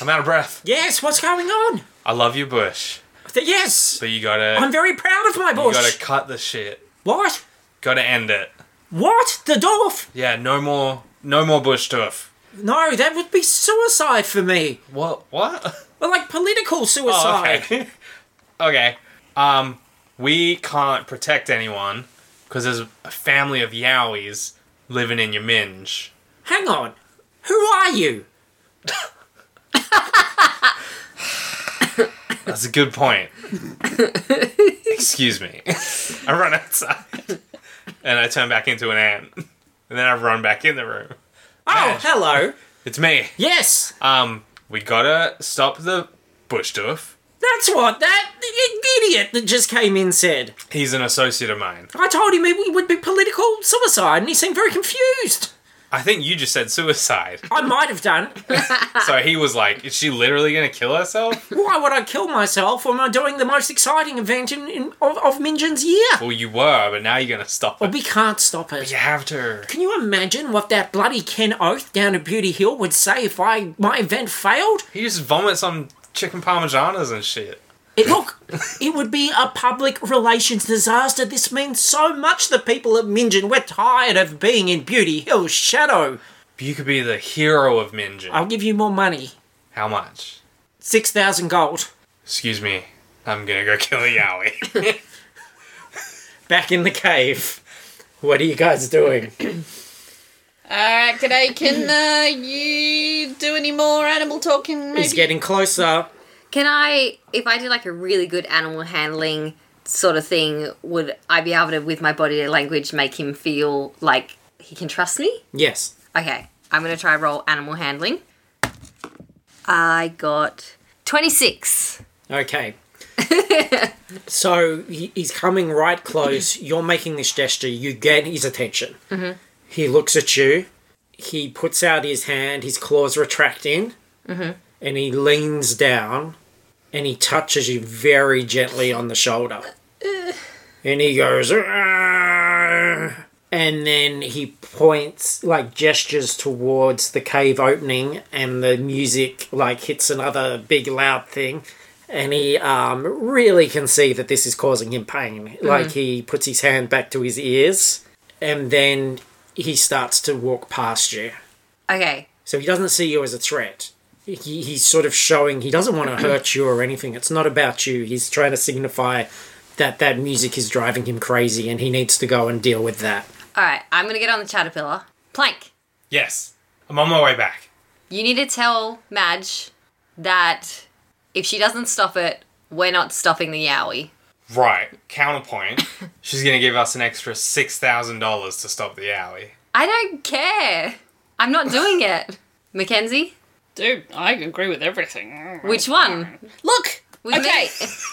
S3: I'm out of breath.
S2: Yes, what's going on?
S3: I love you, Bush,
S2: Yes,
S3: but you gotta
S2: I'm very proud of my
S3: you
S2: bush.
S3: gotta cut the shit.
S2: What?
S3: Gotta end it.
S2: What? The dwarf?
S3: Yeah, no more, no more Bush stuff.
S2: No, that would be suicide for me.
S3: What? What?
S2: Well, like political
S3: Oh,
S2: suicide.
S3: okay. okay. Um, we can't protect anyone because there's a family of Yowies living in your minge.
S2: Hang on. Who are you?
S3: That's a good point. Excuse me. I run outside and I turn back into an ant, and then I run back in the room.
S2: Oh, hello.
S3: It's me.
S2: Yes,
S3: Um, we gotta stop the bush doof.
S2: that's what that idiot that just came in said.
S3: He's an associate of mine.
S2: I told him it would be political suicide, and he seemed very confused.
S3: I think you just said suicide.
S2: I might have done.
S3: So he was like, "Is she literally gonna kill herself?"
S2: Why would I kill myself when I'm doing the most exciting event in, in of, of Minjin's year?
S3: Well, you were, but now you're gonna stop
S2: Well,
S3: it.
S2: we can't stop it.
S3: You have to.
S2: Can you imagine what that bloody Ken Oath down at Beauty Hill would say if I my event failed?
S3: He just vomits on chicken parmesanas and shit.
S2: It, look, it would be a public relations disaster. This means so much to people at Minjin. We're tired of being in Beauty Hill's shadow.
S3: But you could be the hero of Minjin.
S2: I'll give you more money.
S3: How much?
S2: 6,000 gold.
S3: Excuse me. I'm gonna go kill a Yowie.
S2: Back in the cave. What are you guys doing?
S4: Alright, g'day, can uh, you do any more animal talking? Maybe?
S2: He's getting closer.
S5: Can I, if I did like a really good animal handling sort of thing, would I be able to, with my body language, make him feel like he can trust me?
S2: Yes.
S5: Okay, I'm gonna try roll animal handling. I got 26.
S2: Okay. so he, he's coming right close. You're making this gesture. You get his attention. Mm-hmm. He looks at you. He puts out his hand. His claws retract in. Mm-hmm. And he leans down and he touches you very gently on the shoulder. and he goes. "Argh." And then he points, like gestures towards the cave opening, and the music, like, hits another big loud thing and he um, really can see that this is causing him pain. Like he puts his hand back to his ears, and then he starts to walk past you.
S5: Okay,
S2: So he doesn't see you as a threat. He, he's sort of showing he doesn't want to hurt you or anything. It's not about you. He's trying to signify that that music is driving him crazy and he needs to go and deal with that.
S5: All right, I'm gonna get on the caterpillar. Plank,
S3: Yes. I'm on my way back.
S5: you need to tell Madge that if she doesn't stop it, we're not stopping the Yowie.
S3: Right. Counterpoint. She's going to give us an extra $6,000 to stop the alley.
S5: I don't care. I'm not doing it. Mackenzie,
S4: Dude, I agree with everything.
S5: which one?
S4: Look!
S5: With
S4: okay!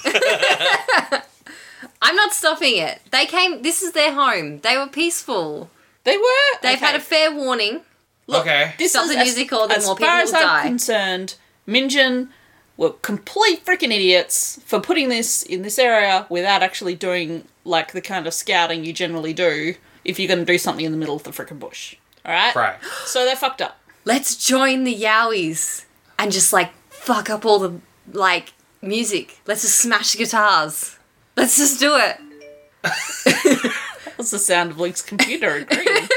S5: me? I'm not stopping it. They came. This is their home. They were peaceful.
S4: They were!
S5: They've
S4: okay.
S5: had a fair warning.
S3: okay.
S4: This
S5: Stop
S4: is
S5: the
S4: as-
S5: music or then
S4: as
S5: more
S4: far
S5: people
S4: as
S5: will
S4: I'm
S5: die.
S4: concerned, Minjin were complete freaking idiots for putting this in this area without actually doing like the kind of scouting you generally do if you're going to do something in the middle of the freaking bush. All right.
S3: Right.
S4: So they're fucked up.
S5: Let's join the Yowies and just like fuck up all the like music. Let's just smash guitars. Let's just do it.
S4: That's the sound of Link's computer agreeing.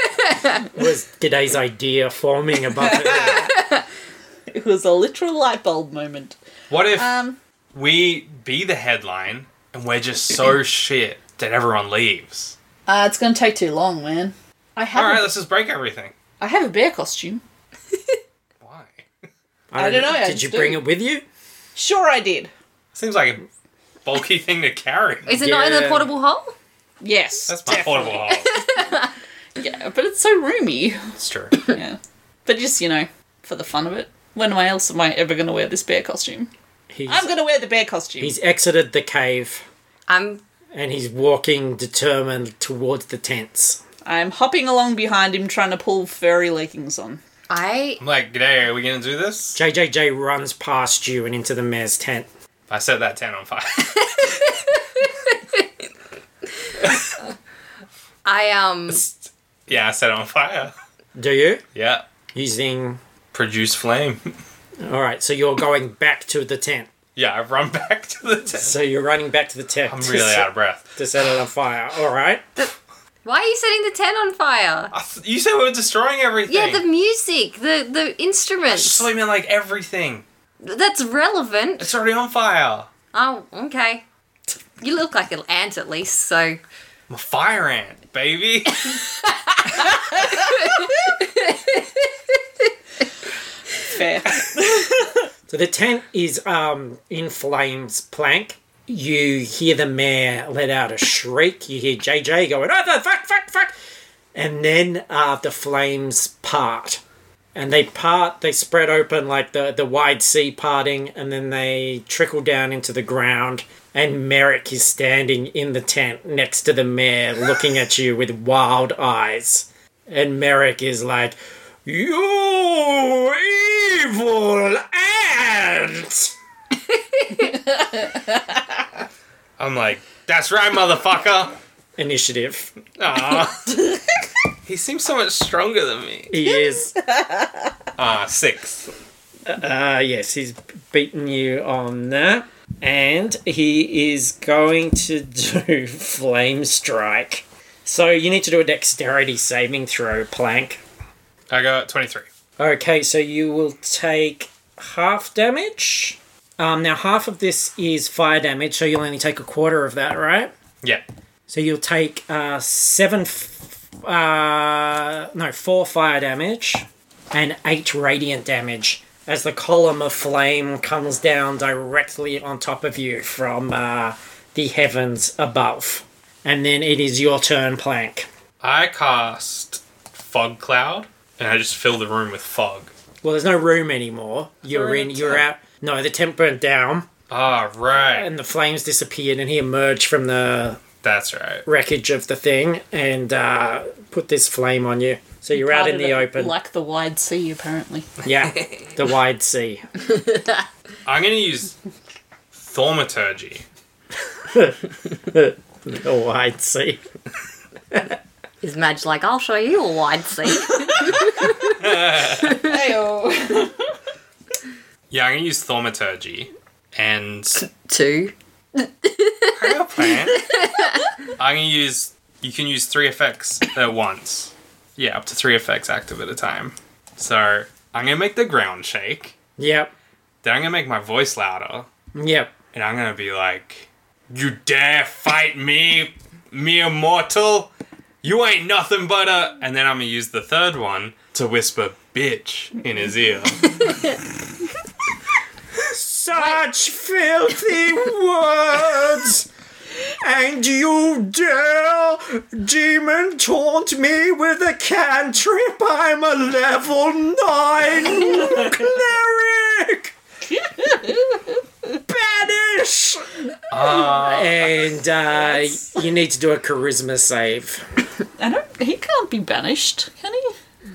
S2: Was today's idea forming above it?
S4: it was a literal light bulb moment.
S3: What if
S4: Um.
S3: we be the headline and we're just so shit that everyone leaves?
S4: Uh, it's going to take too long, man. I have.
S3: All
S4: a-
S3: right, let's just break everything.
S4: I have a bear costume.
S3: Why?
S2: I
S4: don't know, I
S2: Did you
S4: just
S2: bring
S4: do.
S2: it with you?
S4: Sure, I did.
S3: Seems like a bulky thing to carry.
S5: Is it not in the
S2: Yeah.
S5: portable hole?
S4: Yes.
S3: That's my portable hole.
S4: Yeah, but it's so roomy.
S3: That's true.
S4: Yeah. But just, you know, for the fun of it. When am I else am I ever going to wear this bear costume?
S2: He's,
S4: I'm going to wear the bear costume.
S2: he's exited the cave
S5: I'm
S2: and he's walking determined towards the tents.
S4: I'm hopping along behind him trying to pull furry leggings on.
S5: I
S3: I'm like, g'day, are we gonna do this?
S2: JJJ runs past you and into the mayor's tent.
S3: I set that tent on fire.
S5: I um
S3: yeah, I set it on fire.
S2: Do you?
S3: Yeah.
S2: Using.
S3: Produce flame.
S2: Alright, so you're going back to the tent.
S3: Yeah, I've run back to the tent.
S2: So you're running back to the tent.
S3: I'm
S2: to
S3: really
S2: set-
S3: out of breath.
S2: To set it on fire. Alright.
S5: why are you setting the tent on fire?
S3: I th- you said we were destroying everything.
S5: Yeah, the music, the the instruments.
S3: So you mean like everything?
S5: That's relevant.
S3: It's already on fire.
S5: Oh, okay. You look like an ant at least, so
S3: I'm a fire ant, baby.
S4: Fair.
S2: So the tent is um, in flames, plank. You hear the mayor let out a shriek. You hear JJ going, oh, the fuck, fuck, fuck. And then uh, the flames part. And they part, they spread open like the, the wide sea parting, and then they trickle down into the ground. And Merrick is standing in the tent next to the mayor, looking at you with wild eyes. And Merrick is like, you evil ant!
S3: I'm like, that's right, motherfucker.
S2: Initiative.
S3: Aw. he seems so much stronger than me.
S2: He is.
S3: Ah, six.
S2: Uh, yes, he's beaten you on that. And he is going to do Flame Strike. So you need to do a dexterity saving throw, Plank.
S3: I got 23.
S2: Okay, so you will take half damage. Um, now, half of this is fire damage, so you'll only take a quarter of that, right?
S3: Yeah.
S2: So you'll take uh, seven, f- uh, no, four fire damage and eight radiant damage as the column of flame comes down directly on top of you from uh, the heavens above. And then it is your turn, Plank.
S3: I cast Fog Cloud, and I just fill the room with fog.
S2: Well, there's no room anymore. You're
S3: in
S2: in.
S3: the
S2: You're out. No, the tent burnt down
S3: Ah, right.
S2: and the flames disappeared, and he emerged from the
S3: That's right.
S2: wreckage of the thing and uh, put this flame on you. So you're out in the open.
S4: Like the wide sea, apparently.
S2: Yeah, the wide sea.
S3: I'm gonna use thaumaturgy.
S2: The wide sea.
S5: is Madge like, I'll show you a wide sea.
S4: Hey,
S3: Yeah, I'm gonna use thaumaturgy, and
S5: Two.
S3: I got a plan. I'm gonna use. You can use three effects at once. Yeah, up to three effects active at a time. So I'm gonna make the ground shake.
S2: Yep.
S3: Then I'm gonna make my voice louder,
S2: Yep.
S3: and I'm gonna be like, "You dare fight me, mere mortal? You ain't nothing but a." And then I'm gonna use the third one to whisper "bitch" in his ear.
S2: Such filthy words! And you dare demon taunt me with a cantrip? I'm a level 9 cleric! Banish! Ah. and uh, you need to do a charisma save.
S4: I don't. He can't be banished, can he?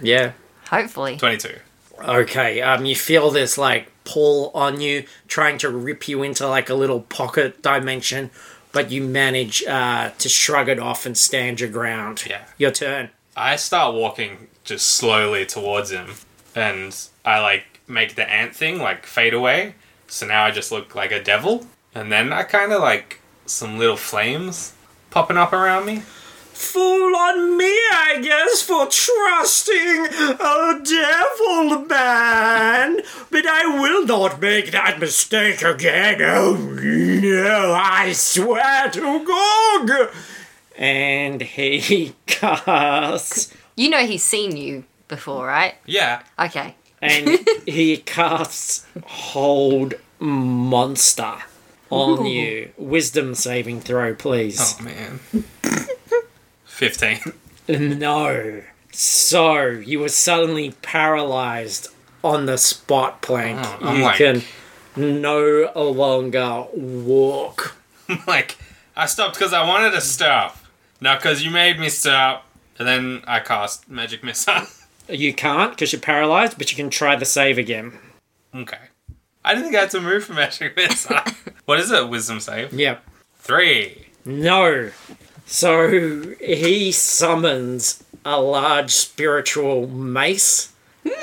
S2: Yeah.
S5: Hopefully.
S3: Twenty-two.
S2: Okay, um, you feel this like pull on you, trying to rip you into like a little pocket dimension, but you manage uh, to shrug it off and stand your ground.
S3: Yeah.
S2: Your turn.
S3: I start walking just slowly towards him, and I like make the ant thing like fade away. So now I just look like a devil, and then I kind of like some little flames popping up around me.
S2: Fool on me, I guess, for trusting a devil man, but I will not make that mistake again. Oh no, I swear to Gog! And he casts.
S5: You know he's seen you before, right?
S3: Yeah,
S5: Okay.
S2: and he casts hold monster on you. Wisdom saving throw, please.
S3: Oh man. 15.
S2: No. So you were suddenly paralyzed on the spot plank.
S3: Oh, I'm
S2: you
S3: like-
S2: can no longer walk.
S3: like, I stopped because I wanted to stop, not because you made me stop. And then I cast Magic Missile.
S2: You can't because you're paralyzed, but you can try the save again.
S3: okay. I didn't think I had to move for Magic Missile. what is it? Wisdom save?
S2: Yep.
S3: Three.
S2: No. So he summons a large spiritual mace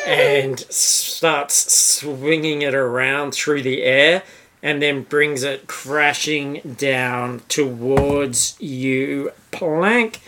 S2: and starts swinging it around through the air and then brings it crashing down towards you, Plank.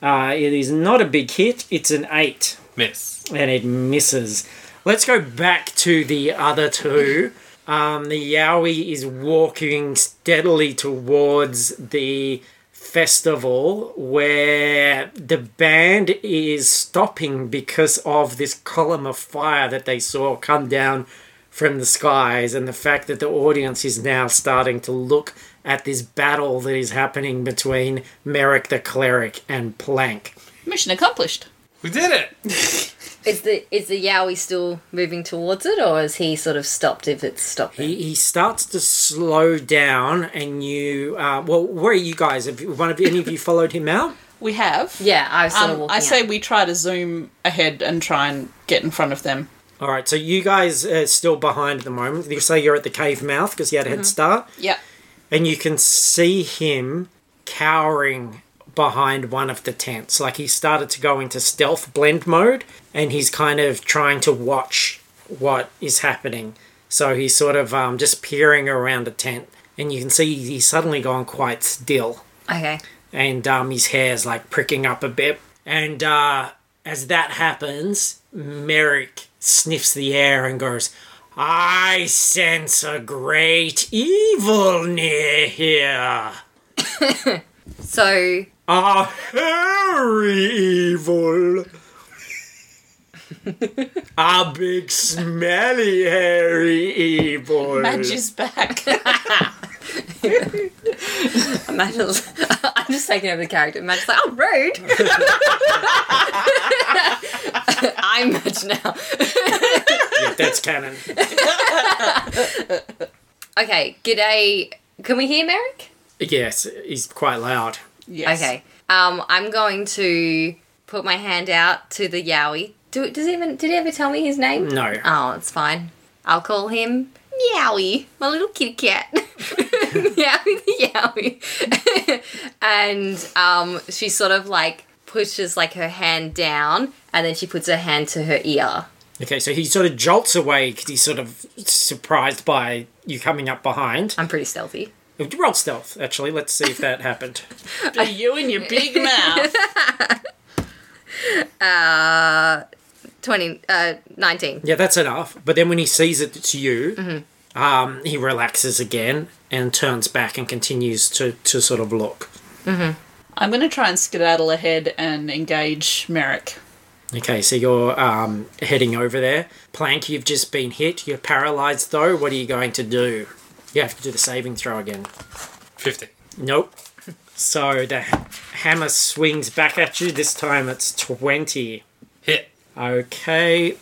S2: Uh, it is not a big hit, it's an eight
S3: Miss.
S2: and it misses. Let's go back to the other two. Um, the Yowie is walking steadily towards the festival where the band is stopping because of this column of fire that they saw come down from the skies and the fact that the audience is now starting to look at this battle that is happening between Merrick the cleric and Plank.
S4: Mission accomplished.
S3: We did it!
S5: Is the is the Yowie still moving towards it, or is he sort of stopped? If it's stopped,
S2: He, he starts to slow down, and you. Uh, well, where are you guys? Have you- one of any of you followed him out?
S4: We have.
S5: yeah, I was sort of
S4: Um,
S5: walking.
S4: I say
S5: out.
S4: we try to zoom ahead and try and get in front of them.
S2: All right, so you guys are still behind at the moment. You say you're at the cave mouth because he had a head start,
S4: Yep.
S2: and you can see him cowering behind one of the tents. Like he started to go into stealth blend mode, and he's kind of trying to watch what is happening. So he's sort of um, just peering around a tent, and you can see he's suddenly gone quite still.
S5: okay.
S2: and um, his hair's like pricking up a bit. And uh, as that happens, Merrick sniffs the air and goes, I sense a great evil near here.
S5: So
S2: A hairy evil. a big, smelly, hairy evil.
S4: Madge is back.
S5: imagine I'm just taking over the character. Imagine like, oh, rude. I'm much now.
S2: Yeah, that's canon.
S5: Okay, g'day. Can we hear Merrick?
S2: yes, he's quite loud.
S4: yes.
S5: Okay. Um, I'm going to put my hand out to the Yowie. Do, does he even did he ever tell me his name?
S2: No.
S5: Oh, it's fine. I'll call him Yowie, my little kitty cat. Yowie the Yowie. and um, she sort of like pushes like her hand down, and then she puts her hand to her ear.
S2: Okay, so he sort of jolts away because he's sort of surprised by you coming up behind.
S5: I'm pretty stealthy.
S2: Roll stealth, actually. Let's see if that happened.
S4: Be you and your big mouth.
S5: 20, uh, 19.
S2: Yeah, that's enough. But then when he sees that it's you, um, he relaxes again and turns back and continues to, to sort of look.
S4: I'm going to try and skedaddle ahead and engage Merrick.
S2: Okay, so you're um, heading over there. Plank, you've just been hit. You're paralyzed, though. What are you going to do? You have to do the saving throw again.
S3: 15.
S2: Nope. So the hammer swings back at you. This time it's 20.
S3: Hit.
S2: Okay.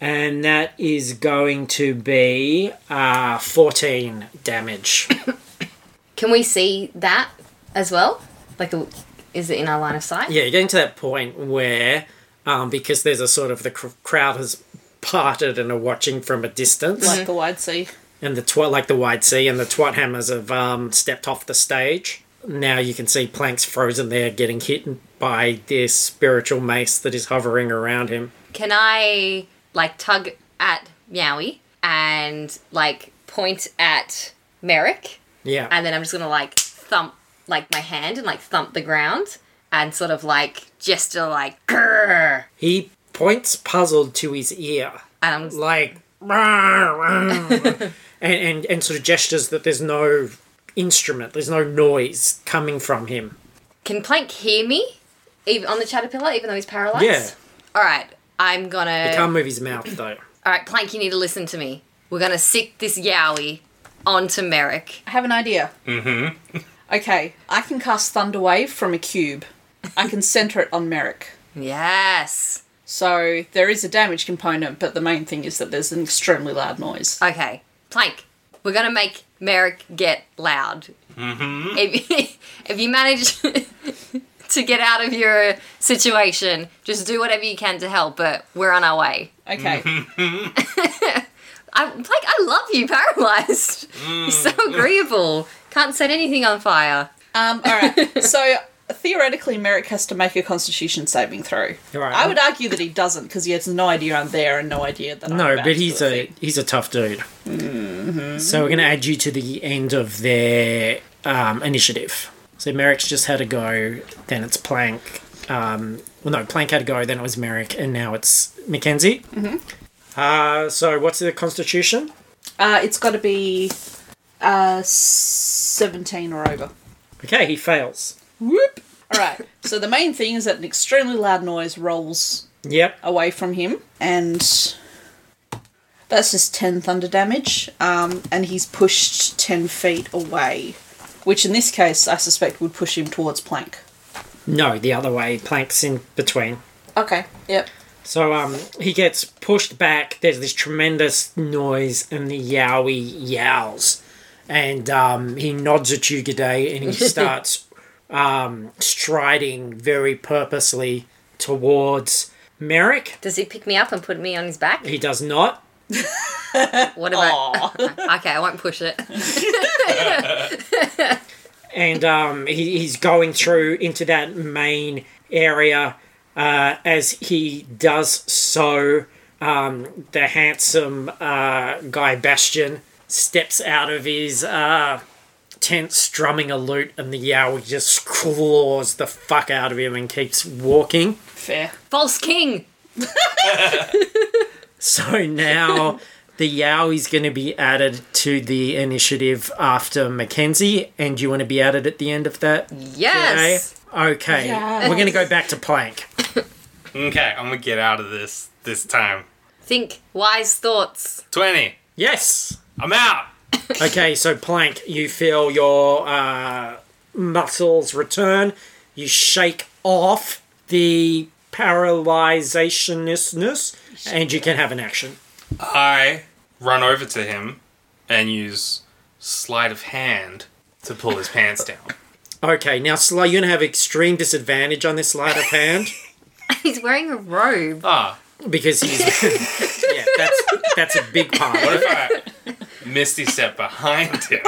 S2: And that is going to be uh, 14 damage.
S5: Can we see that as well? Like, the, is it in our line of sight?
S2: yeah, you're getting to that point where, um, because there's a sort of the cr- crowd has parted and are watching from a distance.
S5: Mm-hmm.
S4: Like the wide sea.
S2: and the twat like the wide sea and the twat hammers have um, stepped off the stage now you can see planks frozen there getting hit by this spiritual mace that is hovering around him
S5: Can I, like, tug at Meowie and, like, point at Merrick?
S2: yeah
S5: and then I'm just gonna like thump like my hand and like thump the ground and sort of like gesture like grrr.
S2: he points puzzled to his ear
S5: and I'm just,
S2: like and, and and sort of gestures that there's no instrument there's no noise coming from him
S5: can Plank hear me even on the caterpillar even though he's paralyzed?
S2: Yeah.
S5: All right, I'm gonna.
S2: can't move his mouth though
S5: All right, Plank, you need to listen to me. We're gonna sick this Yowie onto Merrick.
S4: I have an idea. Mm-hmm. okay, I can cast Thunder Wave from a cube. I can center it on Merrick.
S5: Yes.
S4: So there is a damage component, but the main thing is that there's an extremely loud noise.
S5: Okay, Plank, we're gonna make Merrick get loud. Mm-hmm. If, if you manage to get out of your situation, just do whatever you can to help. But we're on our way.
S4: Okay,
S5: I'm like, I love you, paralyzed. You're so agreeable. Can't set anything on fire.
S4: um, all right. So theoretically, Merrick has to make a Constitution saving throw.
S2: All right.
S4: I would argue that he doesn't because he has no idea I'm there and no idea that. I'm
S2: No,
S4: about
S2: but
S4: to
S2: he's
S4: do
S2: a
S4: thing. Mm-hmm.
S2: he's a tough dude. So we're going to add you to the end of their um, initiative. So Merrick's just had a go. Then it's Plank. Um, well, no, Plank had a go. Then it was Merrick, and now it's Mackenzie. Mm-hmm. Uh, so what's the Constitution?
S4: Uh, it's got to be uh, seventeen or over.
S2: Okay, he fails.
S4: Whoop. All right. So the main thing is that an extremely loud noise rolls
S2: Yep.
S4: away from him, and that's just 10 thunder damage. Um, and he's pushed 10 feet away, which in this case I suspect would push him towards Plank.
S2: No, the other way. Plank's in between.
S4: Okay, yep.
S2: So um, he gets pushed back. There's this tremendous noise, and the Yowie yowls, and um, he nods at you, G'day, and he starts um, striding very purposely towards Merrick.
S5: Does he pick me up and put me on his back?
S2: He does not.
S5: What about? okay, I won't push it.
S2: and um, he, he's going through into that main area. Uh, as he does so, um, the handsome uh, guy Bastion steps out of his uh, tent, strumming a lute, and the yowl just claws the fuck out of him and keeps walking.
S4: Fair.
S5: False king.
S2: So now the Yao is going to be added to the initiative after Mackenzie, and you want to be added at the end of that?
S5: Yes.
S2: Okay. Okay.
S4: Yes.
S2: We're going to go back to Plank.
S3: Okay, I'm gonna get out of this this time.
S5: Think wise thoughts.
S3: 20.
S2: Yes.
S3: I'm out.
S2: Okay, so Plank, you feel your uh, muscles return. You shake off the paralyzationishness, and you can have an action.
S3: I run over to him and use sleight of hand to pull his pants down.
S2: Okay, now Sly, you're going to have extreme disadvantage on this sleight of hand
S5: He's wearing a robe.
S3: Ah,
S2: because he's. yeah, that's, that's a big part of it.
S3: what if I misty step behind him?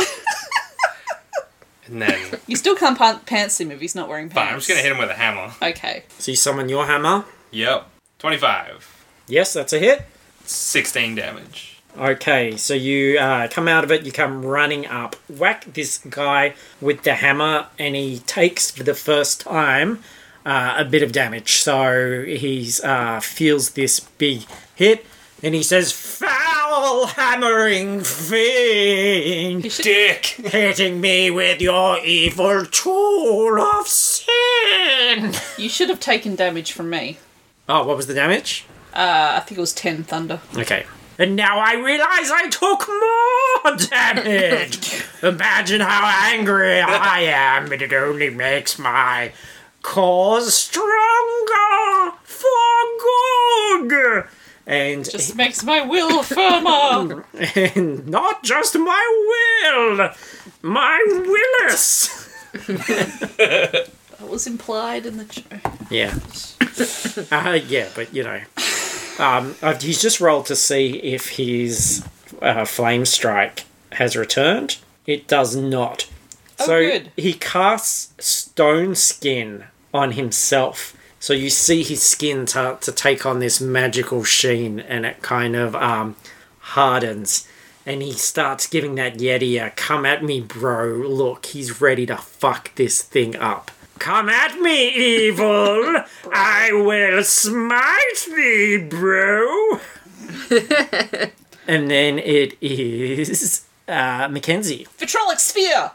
S3: And then,
S4: You still can't pan- pants him if he's not wearing pants.
S3: fine, I'm just gonna hit him with a hammer.
S4: Okay.
S2: So you summon your hammer.
S3: Yep. 25.
S2: Yes, that's a hit.
S3: 16 damage.
S2: Okay, so you uh, come out of it, you come running up, whack this guy with the hammer, and he takes for the first time uh, a bit of damage. So he's uh, feels this big hit, and he says, "Foul hammering fiend,
S3: Dick!
S2: hitting me with your evil tool of sin."
S4: You should have taken damage from me.
S2: Oh, what was the damage?
S4: I think it was 10 thunder.
S2: Okay. And now I realize I took more damage. Imagine how angry I am, and it only makes my cause stronger for good. And,
S4: Just makes my will firmer.
S2: and not just my will, my willis.
S4: that was implied in the joke.
S2: Yeah. uh, yeah, but you know, um, uh, he's just rolled to see if his uh, flame strike has returned. It does not.
S4: Oh,
S2: so
S4: good.
S2: he casts stone skin on himself. So you see his skin ta to take on this magical sheen, and it kind of um, hardens. And he starts giving that Yeti a come at me, bro. Look, he's ready to fuck this thing up. Come at me, evil! I will smite thee, bro! and then it is uh, Mackenzie.
S4: Vitrolic sphere!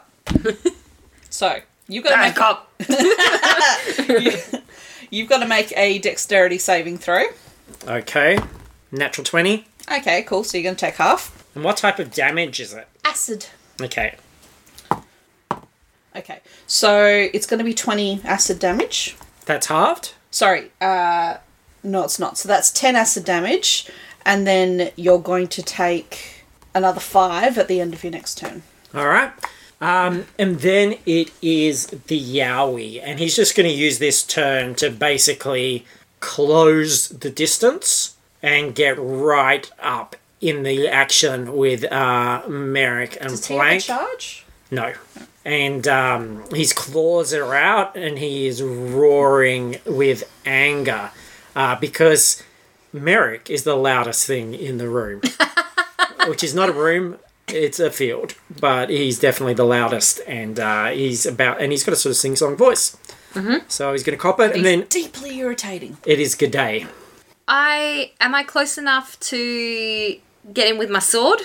S4: so, you've got to make
S5: Back up.
S4: You've got to make a dexterity saving throw.
S2: Okay, natural 20.
S4: Okay, cool. So you're going to take half.
S2: And what type of damage is it?
S4: Acid.
S2: Okay.
S4: Okay. So it's going to be 20 acid damage.
S2: That's halved?
S4: Sorry. Uh, no, it's not. So that's 10 acid damage. And then you're going to take another 5 at the end of your next turn.
S2: All right. Um, and then it is the Yowie, and he's just going to use this turn to basically close the distance and get right up in the action with uh, Merrick and
S4: Does he have a
S2: Plank.
S4: charge?
S2: No. And um, his claws are out and he is roaring with anger uh, because Merrick is the loudest thing in the room, which is not a room. It's a field, but he's definitely the loudest, and uh, he's about, and he's got a sort of sing-song voice. Mm-hmm. So he's going to cop it, and then
S4: Deeply irritating.
S2: it is good day.
S5: I am I close enough to get him with my sword?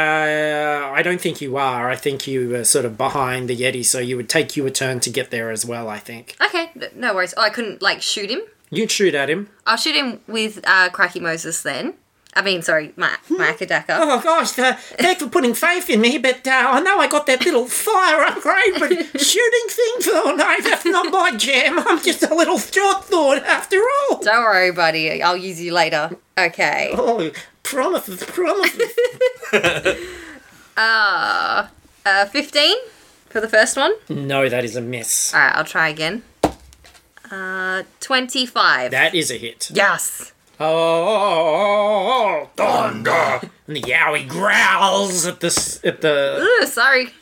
S2: Uh, I don't think you are. I think you were sort of behind the Yeti, so you would take you a turn to get there as well. I think
S5: Okay, n- no worries. Oh, I couldn't like shoot him.
S2: you would shoot at him.
S5: I'll shoot him with uh, Cracky Moses then. I mean, sorry, my my Akadaka.
S2: Oh gosh, uh, thanks for putting faith in me, but uh, I know I got that little fire upgrade, but shooting things all night, that's not my jam. I'm just a little short thought after all.
S5: Don't worry, buddy. I'll use you later. Okay.
S2: Oh, promises, promises.
S5: Uh, fifteen for the first one.
S2: no, that is a miss.
S5: All right, I'll try again. Uh, twenty-five.
S2: That is a hit.
S5: yes.
S2: Oh, thunder! And the yowie growls at the s- at the.
S5: Ooh, sorry.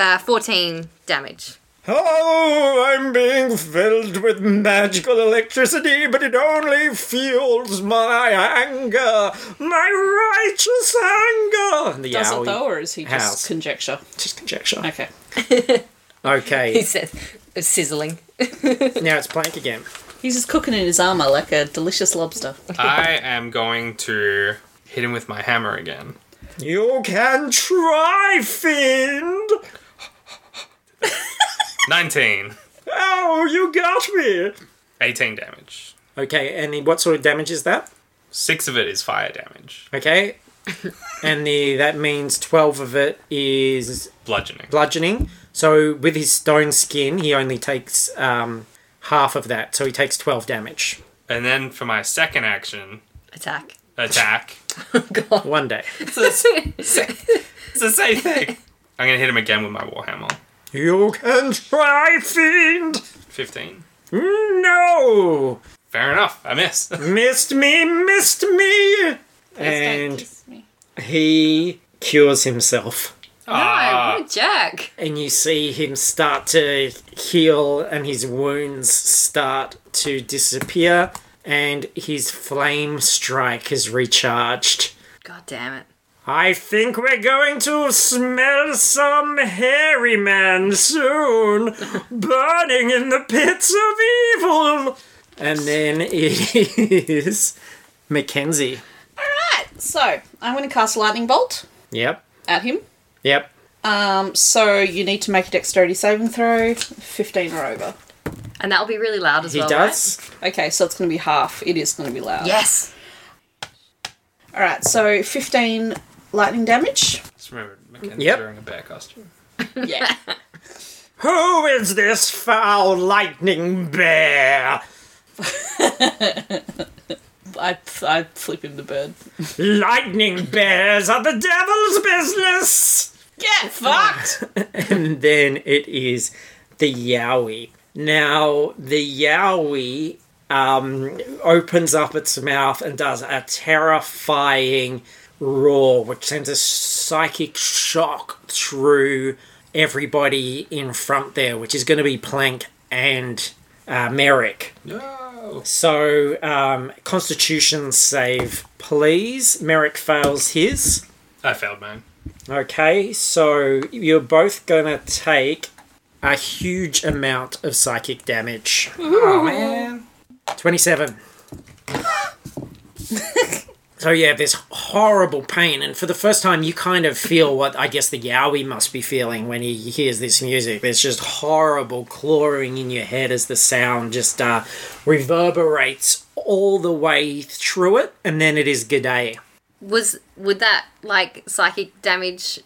S5: Uh, fourteen damage.
S2: Oh, I'm being filled with magical electricity, but it only fuels my anger, my righteous anger. And The
S4: Does
S2: owl-
S4: it though, or is he just
S2: House.
S4: conjecture?
S2: Just conjecture.
S4: Okay.
S5: He
S2: Okay,
S5: says, sizzling.
S2: now it's plank again.
S4: He's just cooking in his armour like a delicious lobster.
S3: I am going to hit him with my hammer again.
S2: You can try, fiend.
S3: 19.
S2: Oh, you got me.
S3: 18 damage.
S2: Okay, and what sort of damage is that?
S3: Six of it is fire damage.
S2: Okay, and the that means twelve of it is
S3: Bludgeoning.
S2: bludgeoning. So with his stone skin, he only takes um, half of that. So he takes twelve damage.
S3: And then for my second action,
S5: Attack.
S3: attack.
S2: One day.
S3: It's the, it's the same thing. I'm going to hit him again with my warhammer.
S2: You can try, fiend.
S3: 15.
S2: No,
S3: Fair enough. I miss.
S2: missed me, missed me. And he cures himself.
S5: Oh,
S3: Ah,
S5: what a jerk.
S2: and you see him start to heal and his wounds start to disappear and his flame strike is recharged
S5: God damn it.
S2: I think we're going to smell some hairy man soon, burning in the pits of evil. And then it is Mackenzie.
S4: Alright, so I'm going to cast Lightning Bolt
S2: Yep,
S4: at him.
S2: yep.
S4: Um, so you need to make a dexterity saving throw, 15 or over.
S5: And that'll be really loud as
S2: He
S5: well. right?
S2: does.
S4: Okay, so it's going to be half. It is going to be loud.
S5: Yes.
S4: All right, so 15 lightning damage.
S3: Just remember, Mackenzie's
S2: Yep.
S3: wearing a bear costume.
S4: Yeah.
S2: Who is this foul lightning bear?
S4: I, I flip him the bird.
S2: Lightning bears are the devil's business.
S4: Get fucked!
S2: And then it is the Yowie. Now, the Yowie um, opens up its mouth and does a terrifying roar, which sends a psychic shock through everybody in front there, which is going to be Plank and uh, Merrick.
S3: No.
S2: So, um, Constitution save, please. Merrick fails his.
S3: I failed mine.
S2: Okay, so you're both gonna take a huge amount of psychic damage.
S3: Oh man.
S2: 27. so, yeah, there's horrible pain, and for the first time, you kind of feel what I guess the Yowie must be feeling when he hears this music. There's just horrible clawing in your head as the sound just uh, reverberates all the way through it, and then it is G'day.
S5: Was would that like psychic damage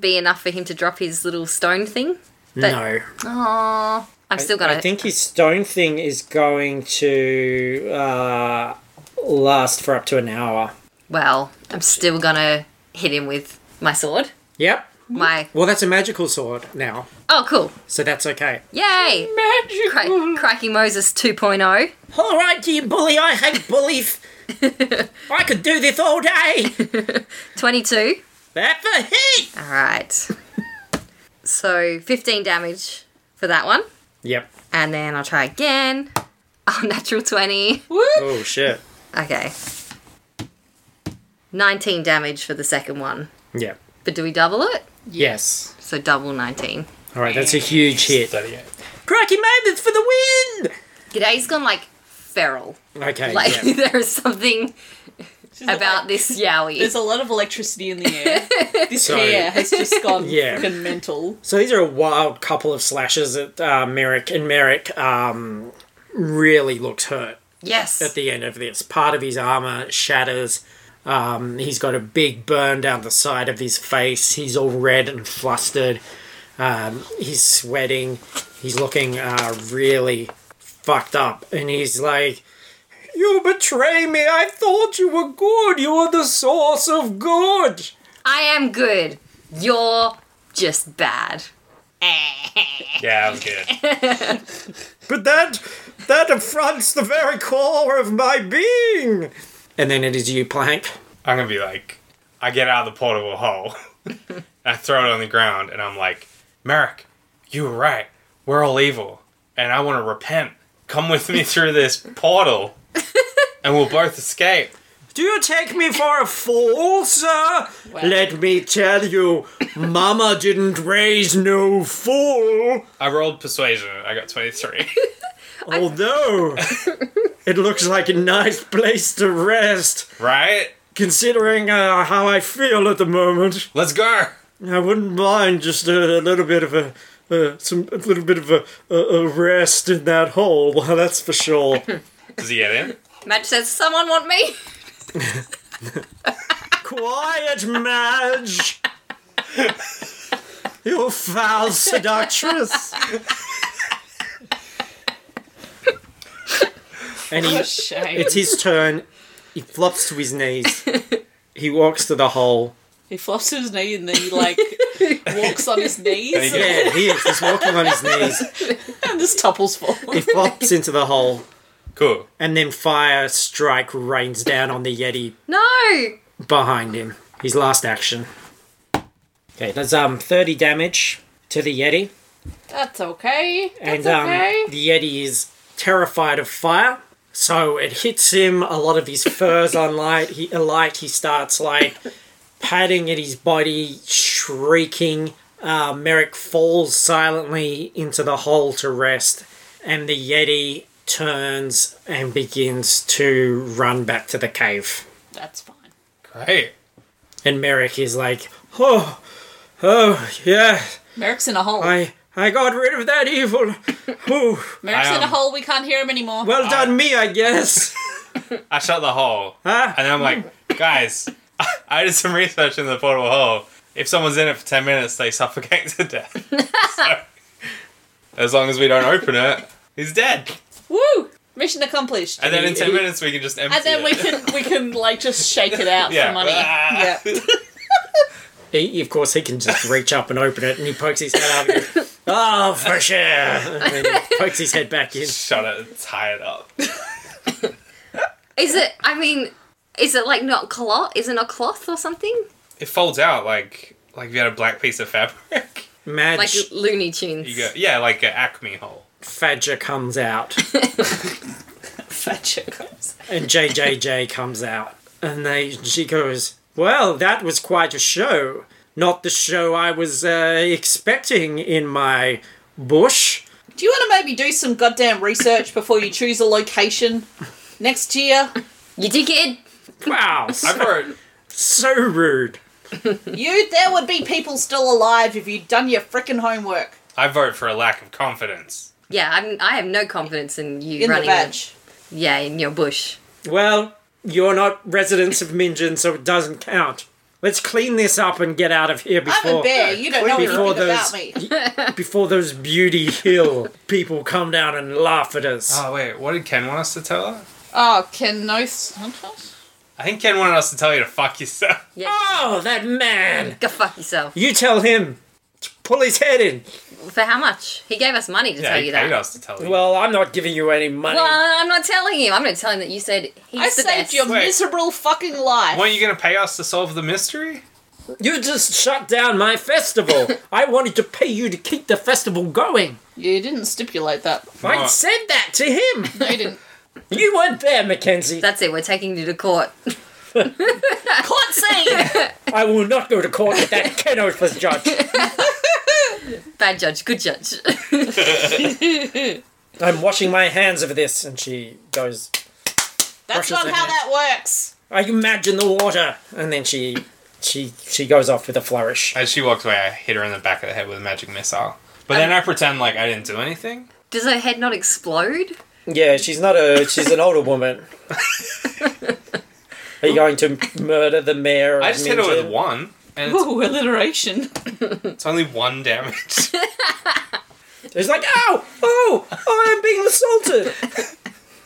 S5: be enough for him to drop his little stone thing? But-
S2: no.
S5: Aw. I've still got
S2: I
S5: it.
S2: think his stone thing is going to uh, last for up to an hour.
S5: Well, I'm still gonna hit him with my sword.
S2: Yep.
S5: My
S2: Well, that's a magical sword now,
S5: oh, cool!
S2: so that's okay.
S5: Yay!
S4: Magic!
S5: Cri- Crikey Moses oh. 2.0.
S2: All right, you bully. I hate bullies. I could do this all day.
S5: 22.
S2: That's a hit.
S5: All right. so 15 damage for that one,
S2: Yep.
S5: and then I'll try again. Oh, natural 20.
S2: Oh shit.
S5: Okay. 19 damage for the second one.
S2: Yep.
S5: But do we double it?
S2: Yes.
S5: So double 19.
S2: All right, that's a huge hit.
S3: Thirty-eight.
S2: Crikey, Mavis for the
S5: G'day's gone like feral.
S2: win. Okay.
S5: Like
S2: yeah.
S5: there is something
S4: She's
S5: about
S4: like-
S5: this yowie.
S4: There's a lot of electricity in the air. This
S2: So-
S4: hair has just gone
S2: Yeah.
S4: fucking mental.
S2: So these are a wild couple of slashes at uh, Merrick, and Merrick um, really looks hurt. at
S5: Yes.
S2: the end of this. Part of his armor shatters. Um, he's got a big burn down the side of his face. He's all red and flustered. Um, he's sweating. He's looking uh, really fucked up. And he's like, You betray me. I thought you were good. You were the source of good.
S5: I am good. You're just bad.
S3: Yeah, I was good.
S2: But that that affronts the very core of my being. And then it is you, Plank.
S3: I'm gonna be like, I get out of the portable hole, I throw it on the ground, and I'm like, Merrick, you were right. We're all evil, and I want to repent. Come with me through this portal, and we'll both escape.
S2: Do you take me for a fool, sir? Let me tell you, Mama didn't raise no fool.
S3: I rolled persuasion. I got twenty-three.
S2: Although, it looks like a nice place to rest,
S3: right?
S2: considering uh, how I feel at the moment.
S3: Let's go.
S2: I wouldn't mind just a, a little bit of a. Uh, some a little bit of a, a, a rest in that hole, that's for sure.
S3: Does he get in?
S5: Madge says, someone want me?
S2: Quiet, Madge! you foul seductress! and he,
S4: What a shame.
S2: it's his turn. He flops to his knees. He walks to the hole.
S4: He flops his knee and then he like walks on his knees
S3: he-
S2: Yeah, he is. He's walking on his knees.
S4: and just topples
S2: He
S4: forward.
S2: flops into the hole.
S3: Cool.
S2: And then fire strike rains down on the Yeti
S5: No!
S2: behind him. His last action. Okay, that's um 30 damage to the Yeti.
S4: That's okay.
S2: and
S4: That's
S2: um,
S4: okay.
S2: the Yeti is terrified of fire, so it hits him. A lot of his furs unlight. He alight. He starts like patting at his body, shrieking. Uh, Merrick falls silently into the hole to rest, and the Yeti turns and begins to run back to the cave.
S4: That's fine.
S3: Great.
S2: And Merrick is like, Oh, oh, yeah,
S4: Merrick's in a hole.
S2: I, I got rid of that evil. Oh,
S4: Merrick's
S3: I,
S4: in a
S3: um,
S4: hole. We can't hear him anymore.
S2: well done, me, I guess.
S3: I shut the hole.
S2: Huh?
S3: And then I'm like, guys, I did some research in the portable hole. If someone's in it for 10 minutes, they suffocate to death. so, as long as we don't open it, he's dead.
S4: Woo! Mission accomplished.
S3: And then in 10 minutes, we can just empty
S4: And then
S3: it.
S4: we can we can like just shake it out
S3: Yeah.
S4: for money.
S3: Ah.
S4: Yeah.
S2: He, of course, he can just reach up and open it, and he pokes his head out. And goes, oh, for sure. And then he pokes his head back in.
S3: Shut it, and tie it up.
S5: Is it? I mean, is it like not cloth? Is it not cloth or something?
S3: It folds out like like if you had a black piece of fabric.
S2: Madge
S5: Like Looney Tunes.
S3: You go, yeah, like an acme hole.
S2: Fadger comes out,
S4: Fat chick comes.
S2: and JJJ comes out, and they she goes, "Well, that was quite a show. Not the show I was uh, expecting in my bush."
S4: Do you want to maybe do some goddamn research before you choose a location next year?
S5: You dickhead.
S2: Wow,
S3: I
S2: so,
S3: wrote
S2: so rude.
S4: You, there would be people still alive if you'd done your frickin' homework
S3: I vote for a lack of confidence.
S5: Yeah, I mean, I have no confidence in you
S4: in the
S5: running. a-
S4: badge.
S5: yeah, in your bush.
S2: Well, you're not residents of Minjin, so it doesn't count. Let's clean this up and get out of here before.
S4: I'm a bear. You don't know anything
S2: before
S4: about
S2: those-
S4: me.
S2: before those Beauty Hill people come down and laugh at us.
S3: Oh wait, what did Ken want us to tell her?
S4: Oh, can no hunters?
S3: I think Ken wanted us to tell you to fuck yourself.
S5: Yeah,
S2: Oh, that man!
S5: go fuck yourself.
S2: You tell him to pull his head in.
S5: For how much? He gave us money to
S3: Yeah,
S5: tell
S3: he
S5: you
S3: paid
S5: that.
S3: us to tell you.
S2: Well, I'm not giving you any money.
S5: Well, uh- I'm not telling him. I'm going to tell him that you said he's
S4: I
S5: the
S4: saved
S5: best.
S4: your
S3: Wait.
S4: miserable fucking life.
S3: Weren't you gonna pay us to solve the mystery?
S2: You just shut down my festival. I wanted to pay you to keep the festival going.
S4: You didn't stipulate that.
S2: I
S3: Not-
S2: said that to him.
S4: No, you didn't.
S2: You weren't there, Mackenzie.
S5: That's it. We're taking you to court.
S4: Court scene!
S2: I will not go to court with that Ken Oakless judge.
S5: Bad judge, good judge.
S2: I'm washing my hands of this. And she goes,
S4: That's
S2: Brushes
S4: not
S2: her hair.
S4: how that works.
S2: I imagine the water. And then she, she, she goes off with a flourish.
S3: As she walked away, I hit her in the back of the head with a magic missile. But
S5: Um,
S3: then I pretend like I didn't do anything.
S5: Does her head not explode?
S2: Yeah, she's not a. She's an older woman. Are you going to murder the mayor? Of
S3: I just hit her
S2: Minjin?
S3: with one, and it's,
S4: Ooh, alliteration.
S3: it's only one damage.
S2: It's like, ow, oh, I am being assaulted.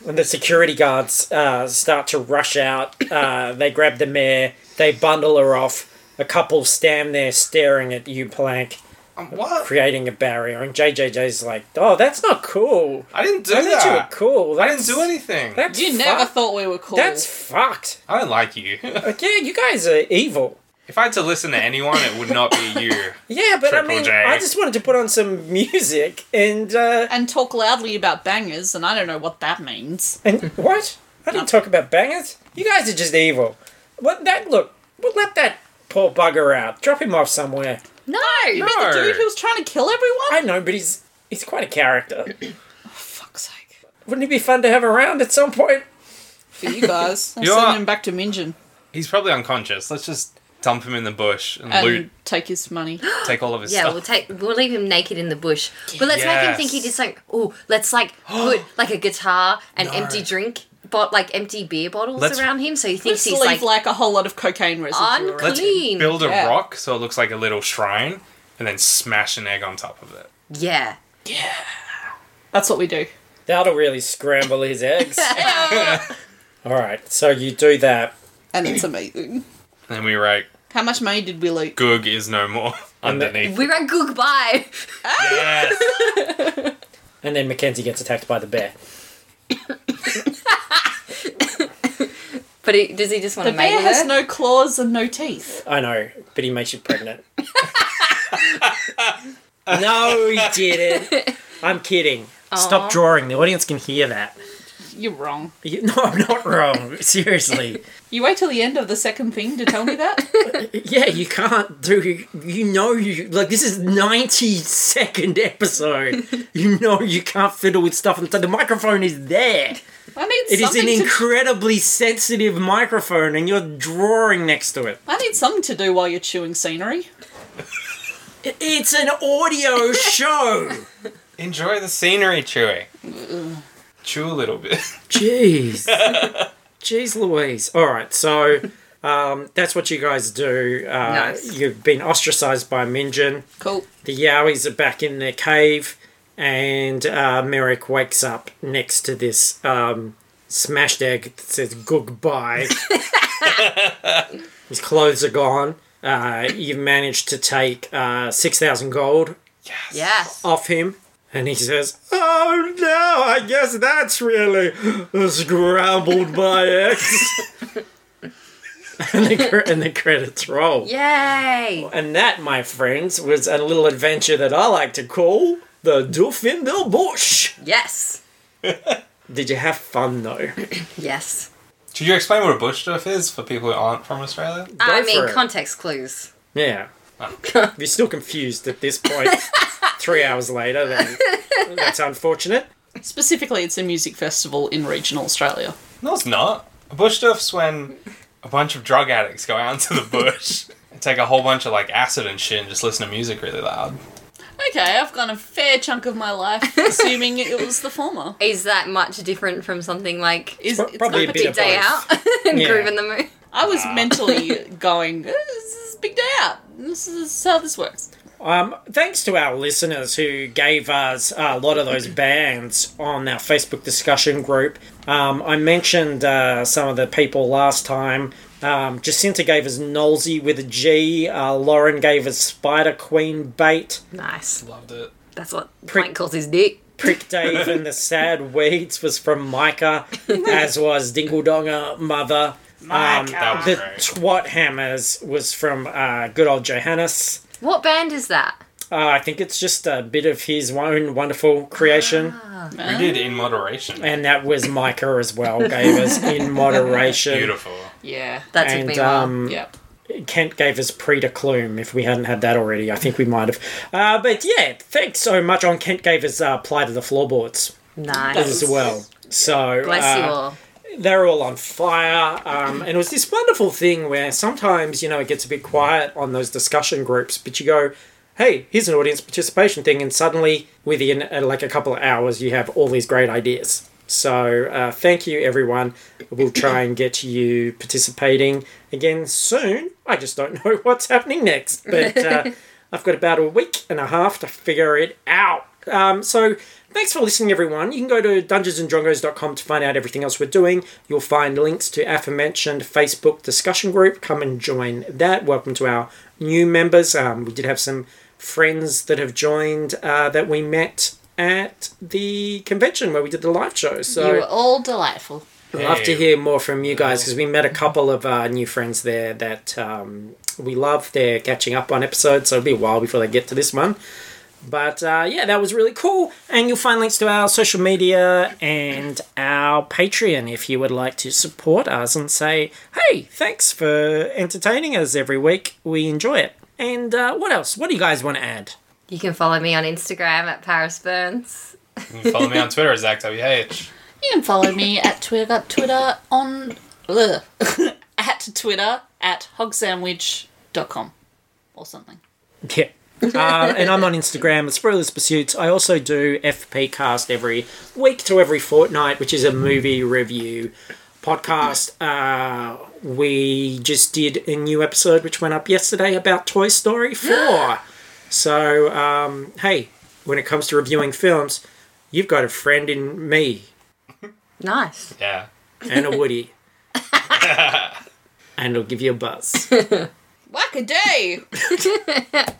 S2: and the security guards uh, start to rush out. Uh, they grab the mayor. They bundle her off. A couple stand there staring at you, Plank,
S3: Um, what?
S2: creating a barrier. And JJJ's like, oh, that's not cool.
S3: I didn't do
S2: I thought you were
S3: that.
S2: cool.
S3: I
S2: That's,
S3: didn't do anything.
S2: That's
S4: You never
S2: fuck-
S4: thought we were cool.
S2: That's fucked.
S3: I don't like you.
S2: Like, yeah, you guys are evil.
S3: if I had to listen to anyone, it would not be you.
S2: Yeah, but
S3: Triple
S2: I mean,
S3: J.
S2: I just wanted to put on some music and uh,
S4: and talk loudly about bangers, and I don't know what that means.
S2: and what? I didn't talk about bangers. You guys are just evil. What that look? Well, let that poor bugger out. Drop him off somewhere.
S5: No.
S4: The dude who was trying to kill everyone?
S2: I know, but he's he's quite a character.
S4: Fuck's sake.
S2: Wouldn't it be fun to have around at some point?
S4: For you guys. I
S3: You
S4: send
S3: are-
S4: him back to Minjin
S3: He's probably unconscious. Let's just dump him in the bush and,
S4: and
S3: loot,
S4: take his money.
S3: take all of his
S5: Um, Yeah,
S3: stuff.
S5: we'll take we'll leave him naked in the bush. But let's make him think he
S3: Yes.
S5: just like oh, let's like put like a guitar and
S3: No.
S5: empty drink bot like empty beer bottles
S3: Let's-
S5: around him so he
S4: Let's
S5: thinks he's
S4: leave like,
S5: like,
S4: a whole lot of cocaine residue
S5: Un-
S4: around.
S3: Let's
S5: clean.
S3: build a
S4: Yeah.
S3: rock so it looks like a little shrine, and then smash an egg on top of it.
S5: yeah.
S4: That's what we do.
S2: That'll really scramble his eggs. All right, so you do that,
S4: And it's amazing.
S3: And then we write,
S4: How much money did we loot?
S3: "Goog is no more."
S2: And the-
S3: Underneath.
S5: We went goodbye.
S3: yes.
S2: and then Mackenzie gets attacked by the bear.
S5: But he, does he just want
S4: The
S5: to make
S4: bear has
S5: her?
S4: no claws and no teeth.
S2: I know, but he makes you pregnant. no, he didn't. I'm kidding. Stop drawing. The audience can hear that.
S4: You're wrong.
S2: You- No, I'm not wrong. Seriously.
S4: You wait till the end of the second thing to tell me that?
S2: Yeah, you can't do. You know, you like this is ninety second episode. you know, you can't fiddle with stuff, and so the microphone is there.
S4: I need
S2: It is
S4: something
S2: an
S4: to
S2: incredibly sensitive microphone, and you're drawing next to it.
S4: I need something to do while you're chewing scenery.
S2: It's an audio show.
S3: Enjoy the scenery, Chewy. Chew a little bit.
S2: Jeez. Jeez Louise. All right, so um, that's what you guys do. Uh,
S5: Nice.
S2: You've been ostracized by Minjin.
S4: Cool.
S2: The Yowies are back in their cave, and uh, Merrick wakes up next to this um, smashed egg that says goodbye. His clothes are gone. Uh, you've managed to take uh, 6,000 gold
S3: Yes.
S5: Yes.
S2: off him. And he says, Oh no, I guess that's really scrambled by eggs. and, the, cre- and the credits roll.
S5: Yay!
S2: And that, my friends, was a little adventure that I like to call the Dolphin the Bush.
S5: Yes.
S2: Did you have fun though?
S5: Yes.
S3: Should you explain what a bush stuff is for people who aren't from Australia?
S5: I
S2: Go
S5: mean,
S2: for it.
S5: context clues.
S2: Yeah. If you're still confused at this point, three hours later, then that's unfortunate.
S4: Specifically, it's a music festival in regional Australia.
S3: No, it's not. A bush stuff's when a bunch of drug addicts go out into the bush and take a whole bunch of like acid and shit and just listen to music really loud.
S4: Okay, I've gone a fair chunk of my life assuming it was the former.
S5: Is that much different from something like
S4: Is
S2: Pro-
S4: it's
S2: probably
S4: not
S2: a bit
S4: a
S5: Big
S2: of
S4: big-
S5: Day
S2: both.
S5: Out and
S2: Yeah.
S5: Groove in the Moon?
S4: I was mentally going, this is a big day out. This is how this works.
S2: Um, thanks to our listeners who gave us a lot of those bands on our Facebook discussion group. Um, I mentioned uh, some of the people last time. Um, Jacinta gave us Nolsey with a G. Uh, Lauren gave us Spider Queen Bait.
S5: Nice.
S3: Loved it.
S5: That's what Plank calls his dick.
S2: Prick Dave and the Sad Weeds was from Micah, as was Dingle Donger Mother. Um,
S3: That was
S2: the
S3: great.
S2: Twat Hammers was from uh, good old Johannes.
S5: What band is that?
S2: Uh, I think it's just a bit of his own wonderful creation.
S3: We did in moderation.
S2: and that was Micah as well. Gave us in moderation.
S3: Beautiful.
S4: Yeah.
S5: That took me
S2: And
S5: a while.
S2: um,
S4: Yep.
S2: Kent gave us pre to Clume. If we hadn't had that already, I think we might have. Uh, but yeah, thanks so much. On Kent gave us uh, Ply to the Floorboards
S5: nice.
S2: as well. So
S5: Bless you
S2: uh,
S5: all.
S2: they're all on fire. Um, and it was this wonderful thing where sometimes, you know, it gets a bit quiet on those discussion groups, but you go, hey, here's an audience participation thing. And suddenly, within uh, like a couple of hours, you have all these great ideas. So uh, thank you, everyone. We'll try and get you participating again soon. I just don't know what's happening next, but uh, I've got about a week and a half to figure it out. Um, so thanks for listening, everyone. You can go to dungeonsanddrangos.com to find out everything else we're doing. You'll find links to aforementioned Facebook discussion group. Come and join that. Welcome to our new members. Um, we did have some friends that have joined uh, that we met at the convention where we did the live show. So
S4: you were all delightful.
S2: I'd love to
S3: Hey.
S2: hear more from you guys because we met a couple of uh, new friends there that um, we love. They're catching up on episodes, so it'll be a while before they get to this one. But uh, yeah, that was really cool. And you'll find links to our social media and our Patreon if you would like to support us and say, hey, thanks for entertaining us every week. We enjoy it. And uh, what else? What do you guys want to add?
S5: You can follow me on Instagram at Paris Burns.
S3: You can follow me on Twitter as ZachWH.
S4: You can follow me at Twitter, Twitter on ugh, at Twitter at hogsandwich.com or something.
S2: Yeah. uh, and I'm on Instagram at Spoilers Pursuits. I also do FP Cast every week to every fortnight, which is a movie review podcast. Uh, we just did a new episode which went up yesterday about Toy Story 4. so, um, hey, when it comes to reviewing films, you've got a friend in me
S5: Nice.
S3: Yeah.
S2: and a Woody. and it'll give you a buzz.
S4: Whack a day!